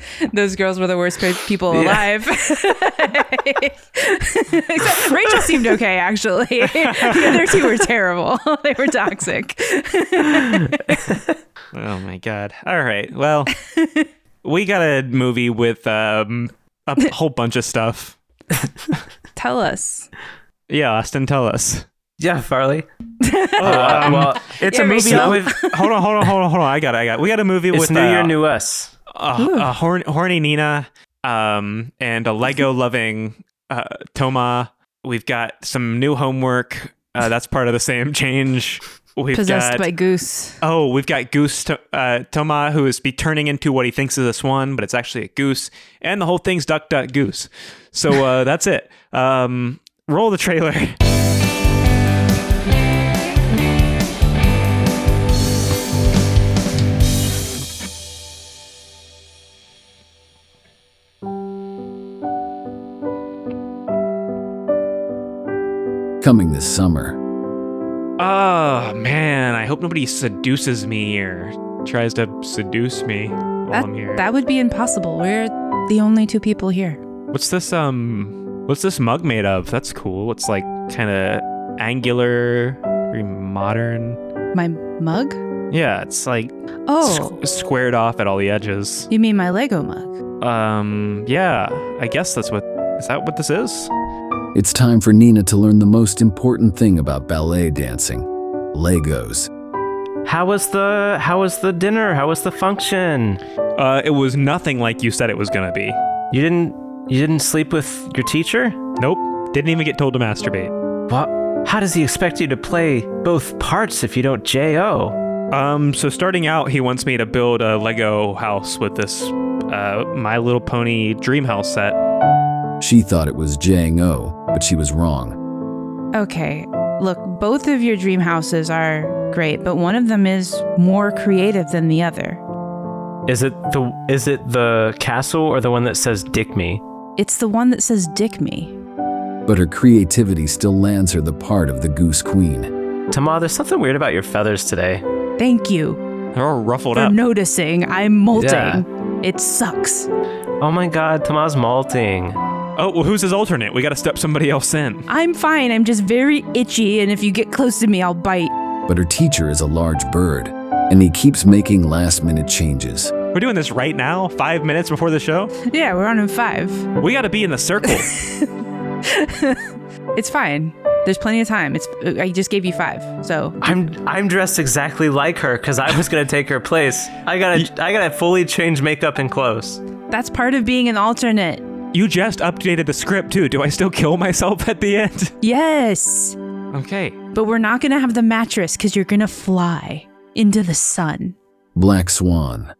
[SPEAKER 3] [laughs] Those girls were the worst pe- people alive. [laughs] Except Rachel seemed okay, actually. [laughs] the other two were terrible. [laughs] they were toxic.
[SPEAKER 2] Oh my god. All right. [laughs] Well, we got a movie with um a p- whole bunch of stuff.
[SPEAKER 3] Tell us.
[SPEAKER 2] Yeah, Austin, tell us.
[SPEAKER 1] Yeah, Farley.
[SPEAKER 3] Um,
[SPEAKER 2] Oh,
[SPEAKER 1] Uh, well,
[SPEAKER 2] it's
[SPEAKER 3] yeah,
[SPEAKER 2] a movie [laughs]
[SPEAKER 3] Rachel.
[SPEAKER 2] with hold on, hold on, hold on, hold on. I got, it, I got. it. We got a movie
[SPEAKER 1] it's
[SPEAKER 2] with
[SPEAKER 1] New
[SPEAKER 2] uh,
[SPEAKER 1] Year, New Us.
[SPEAKER 2] uh, a horn, horny Nina, um, and a Lego loving uh, Toma. We've got some new homework. Uh, that's part of the same change. We've got
[SPEAKER 3] Possessed by goose.
[SPEAKER 2] Oh, we've got Goose to, uh, Toma, who is be turning into what he thinks is a swan, but it's actually a goose, and the whole thing's Duck Duck Goose. So
[SPEAKER 3] [laughs]
[SPEAKER 2] uh, that's it. Um, roll the trailer.
[SPEAKER 6] Coming this summer,
[SPEAKER 2] Oh man, I hope nobody seduces me or tries to seduce me while
[SPEAKER 3] That,
[SPEAKER 2] I'm here.
[SPEAKER 3] that would be impossible. We're the only two people here.
[SPEAKER 2] what's this um? What's this mug made of? That's cool. It's like kind of angular, very modern.
[SPEAKER 3] My mug?
[SPEAKER 2] Yeah, it's like
[SPEAKER 3] Oh,
[SPEAKER 2] squ- squared off at all the edges.
[SPEAKER 3] you mean my Lego mug?
[SPEAKER 2] Um, yeah, I guess that's what is that what this is?
[SPEAKER 6] it's time for Nina to learn the most important thing about ballet dancing Legos.
[SPEAKER 1] How was the how was the dinner? How was the function?
[SPEAKER 2] Uh, it was nothing like you said it was gonna be.
[SPEAKER 1] You didn't you didn't sleep with your teacher?
[SPEAKER 2] Nope, didn't even get told to masturbate.
[SPEAKER 1] What? How does he expect you to play both parts if you don't J.O.?
[SPEAKER 2] Um, so starting out, he wants me to build a Lego house with this, uh, My Little Pony dream house set.
[SPEAKER 6] She thought it was Jang O, but she was wrong.
[SPEAKER 3] Okay, look, both of your dream houses are great, but one of them is more creative than the other.
[SPEAKER 1] Is it the is it the castle or the one that says "Dick me"?
[SPEAKER 3] It's the one that says Dick Me.
[SPEAKER 6] But her creativity still lands her the part of the Goose Queen.
[SPEAKER 1] Tama, there's something weird about your feathers today.
[SPEAKER 3] Thank you
[SPEAKER 2] They're all ruffled
[SPEAKER 3] for
[SPEAKER 2] up.
[SPEAKER 3] noticing. I'm molting.
[SPEAKER 1] Yeah.
[SPEAKER 3] It sucks.
[SPEAKER 1] Oh my God, Tama's molting.
[SPEAKER 2] oh well, who's his alternate? We got to step somebody else in.
[SPEAKER 3] I'm fine. I'm just very itchy, and if you get close to me, I'll bite. [laughs]
[SPEAKER 6] But her teacher is a large bird, and he keeps making last minute changes.
[SPEAKER 2] We're doing this right now, five minutes before the show.
[SPEAKER 3] Yeah, we're on in five.
[SPEAKER 2] We got to be in the circle.
[SPEAKER 3] It's fine. There's plenty of time. It's I just gave you five, so
[SPEAKER 1] I'm I'm dressed exactly like her because I was gonna take her place. I gotta I gotta fully change makeup and clothes.
[SPEAKER 3] that's part of being an alternate.
[SPEAKER 2] you just updated the script too. Do I still kill myself at the end?
[SPEAKER 3] Yes,
[SPEAKER 2] Okay.
[SPEAKER 3] but we're not gonna have the mattress because you're gonna fly into the sun.
[SPEAKER 6] Black Swan.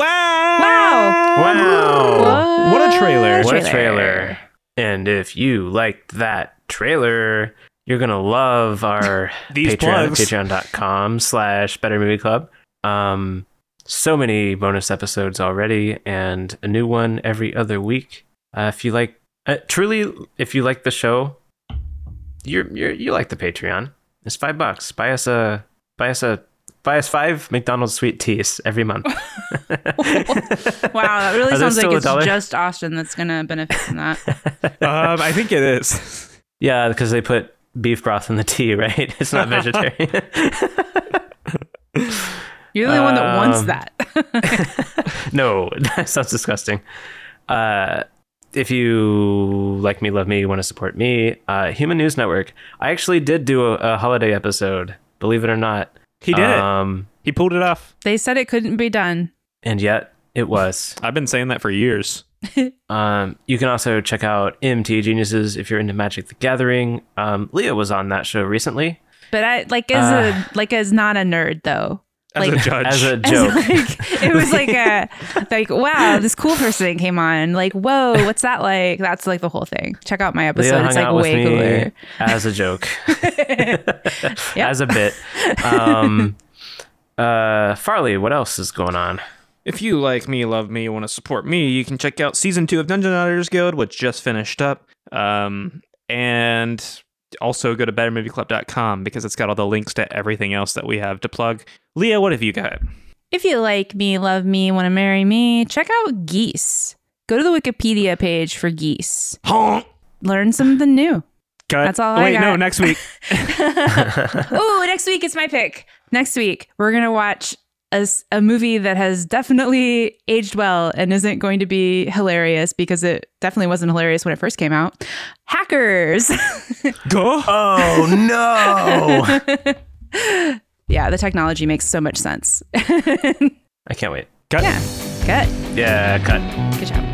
[SPEAKER 2] Wow!
[SPEAKER 1] Wow.
[SPEAKER 2] What a trailer.
[SPEAKER 1] What a trailer. And if you liked that trailer, you're gonna love [laughs] our
[SPEAKER 2] These
[SPEAKER 1] Patreon,
[SPEAKER 2] plugs.
[SPEAKER 1] patreon.com slash better movie club. Um so many bonus episodes already and a new one every other week. Uh, if you like uh, truly if you like the show, you're you're you like the Patreon. It's five bucks. Buy us a buy us a buy us five McDonald's sweet teas every
[SPEAKER 3] [laughs]
[SPEAKER 1] month. [laughs]
[SPEAKER 3] Wow, that really
[SPEAKER 1] Are those
[SPEAKER 3] sounds like
[SPEAKER 1] still a
[SPEAKER 3] it's
[SPEAKER 1] dollar?
[SPEAKER 3] just Austin that's gonna benefit from that.
[SPEAKER 2] um, I think it is.
[SPEAKER 1] Yeah, because they put beef broth in the tea, [laughs] right? It's not vegetarian. [laughs]
[SPEAKER 3] You're the only one
[SPEAKER 1] [laughs]
[SPEAKER 3] that wants
[SPEAKER 1] Um,
[SPEAKER 3] that. [laughs]
[SPEAKER 1] no, [laughs] that sounds disgusting. Uh, if you like me, love me, want to support me, uh, Human News Network. I actually did do a, a holiday episode, believe it or not.
[SPEAKER 2] He did it.
[SPEAKER 1] Um,
[SPEAKER 2] He pulled it off.
[SPEAKER 3] they said it couldn't be done.
[SPEAKER 1] and yet it was.
[SPEAKER 2] I've been saying that for years.
[SPEAKER 1] Um, you can also check out MTA Geniuses if you're into Magic the Gathering. Um, Leah was on that show recently
[SPEAKER 3] But I like as
[SPEAKER 1] Uh,
[SPEAKER 3] a like as not a nerd though.
[SPEAKER 2] As
[SPEAKER 3] Like-
[SPEAKER 2] a judge.
[SPEAKER 1] as a
[SPEAKER 3] [laughs] As,
[SPEAKER 1] joke.
[SPEAKER 3] like, it was like a like wow, this cool person came on. Like whoa, what's that like? That's like the whole thing. Check out my
[SPEAKER 1] Leah
[SPEAKER 3] episode. It's like way cooler.
[SPEAKER 1] as a
[SPEAKER 3] [laughs]
[SPEAKER 1] joke, [laughs] as a bit. Um, uh, Farley, what else is going on?
[SPEAKER 2] if you like me, love me, want to support me, you can check out season two of Dungeon Auditors Guild, which just finished up. Um, and also go to bettermovieclub.com because it's got all the links to everything else that we have to plug. Leah, what have you got?
[SPEAKER 3] If you like me, love me, want to marry me, check out Geese. Go to the Wikipedia page for Geese.
[SPEAKER 2] Honk.
[SPEAKER 3] Learn something new.
[SPEAKER 2] Cut.
[SPEAKER 3] That's all I
[SPEAKER 2] Wait, no,
[SPEAKER 3] got.
[SPEAKER 2] next week.
[SPEAKER 3] Oh, next week it's my pick. Next week we're gonna watch a, s- a movie that has definitely aged well and isn't going to be hilarious because it definitely wasn't hilarious when it first came out. Hackers. [laughs]
[SPEAKER 2] Go.
[SPEAKER 1] Oh no!
[SPEAKER 3] yeah, the technology makes so much sense.
[SPEAKER 1] [laughs]
[SPEAKER 3] [laughs]
[SPEAKER 1] I can't wait.
[SPEAKER 2] Cut.
[SPEAKER 3] yeah, good,
[SPEAKER 1] Yeah, cut.
[SPEAKER 3] good job.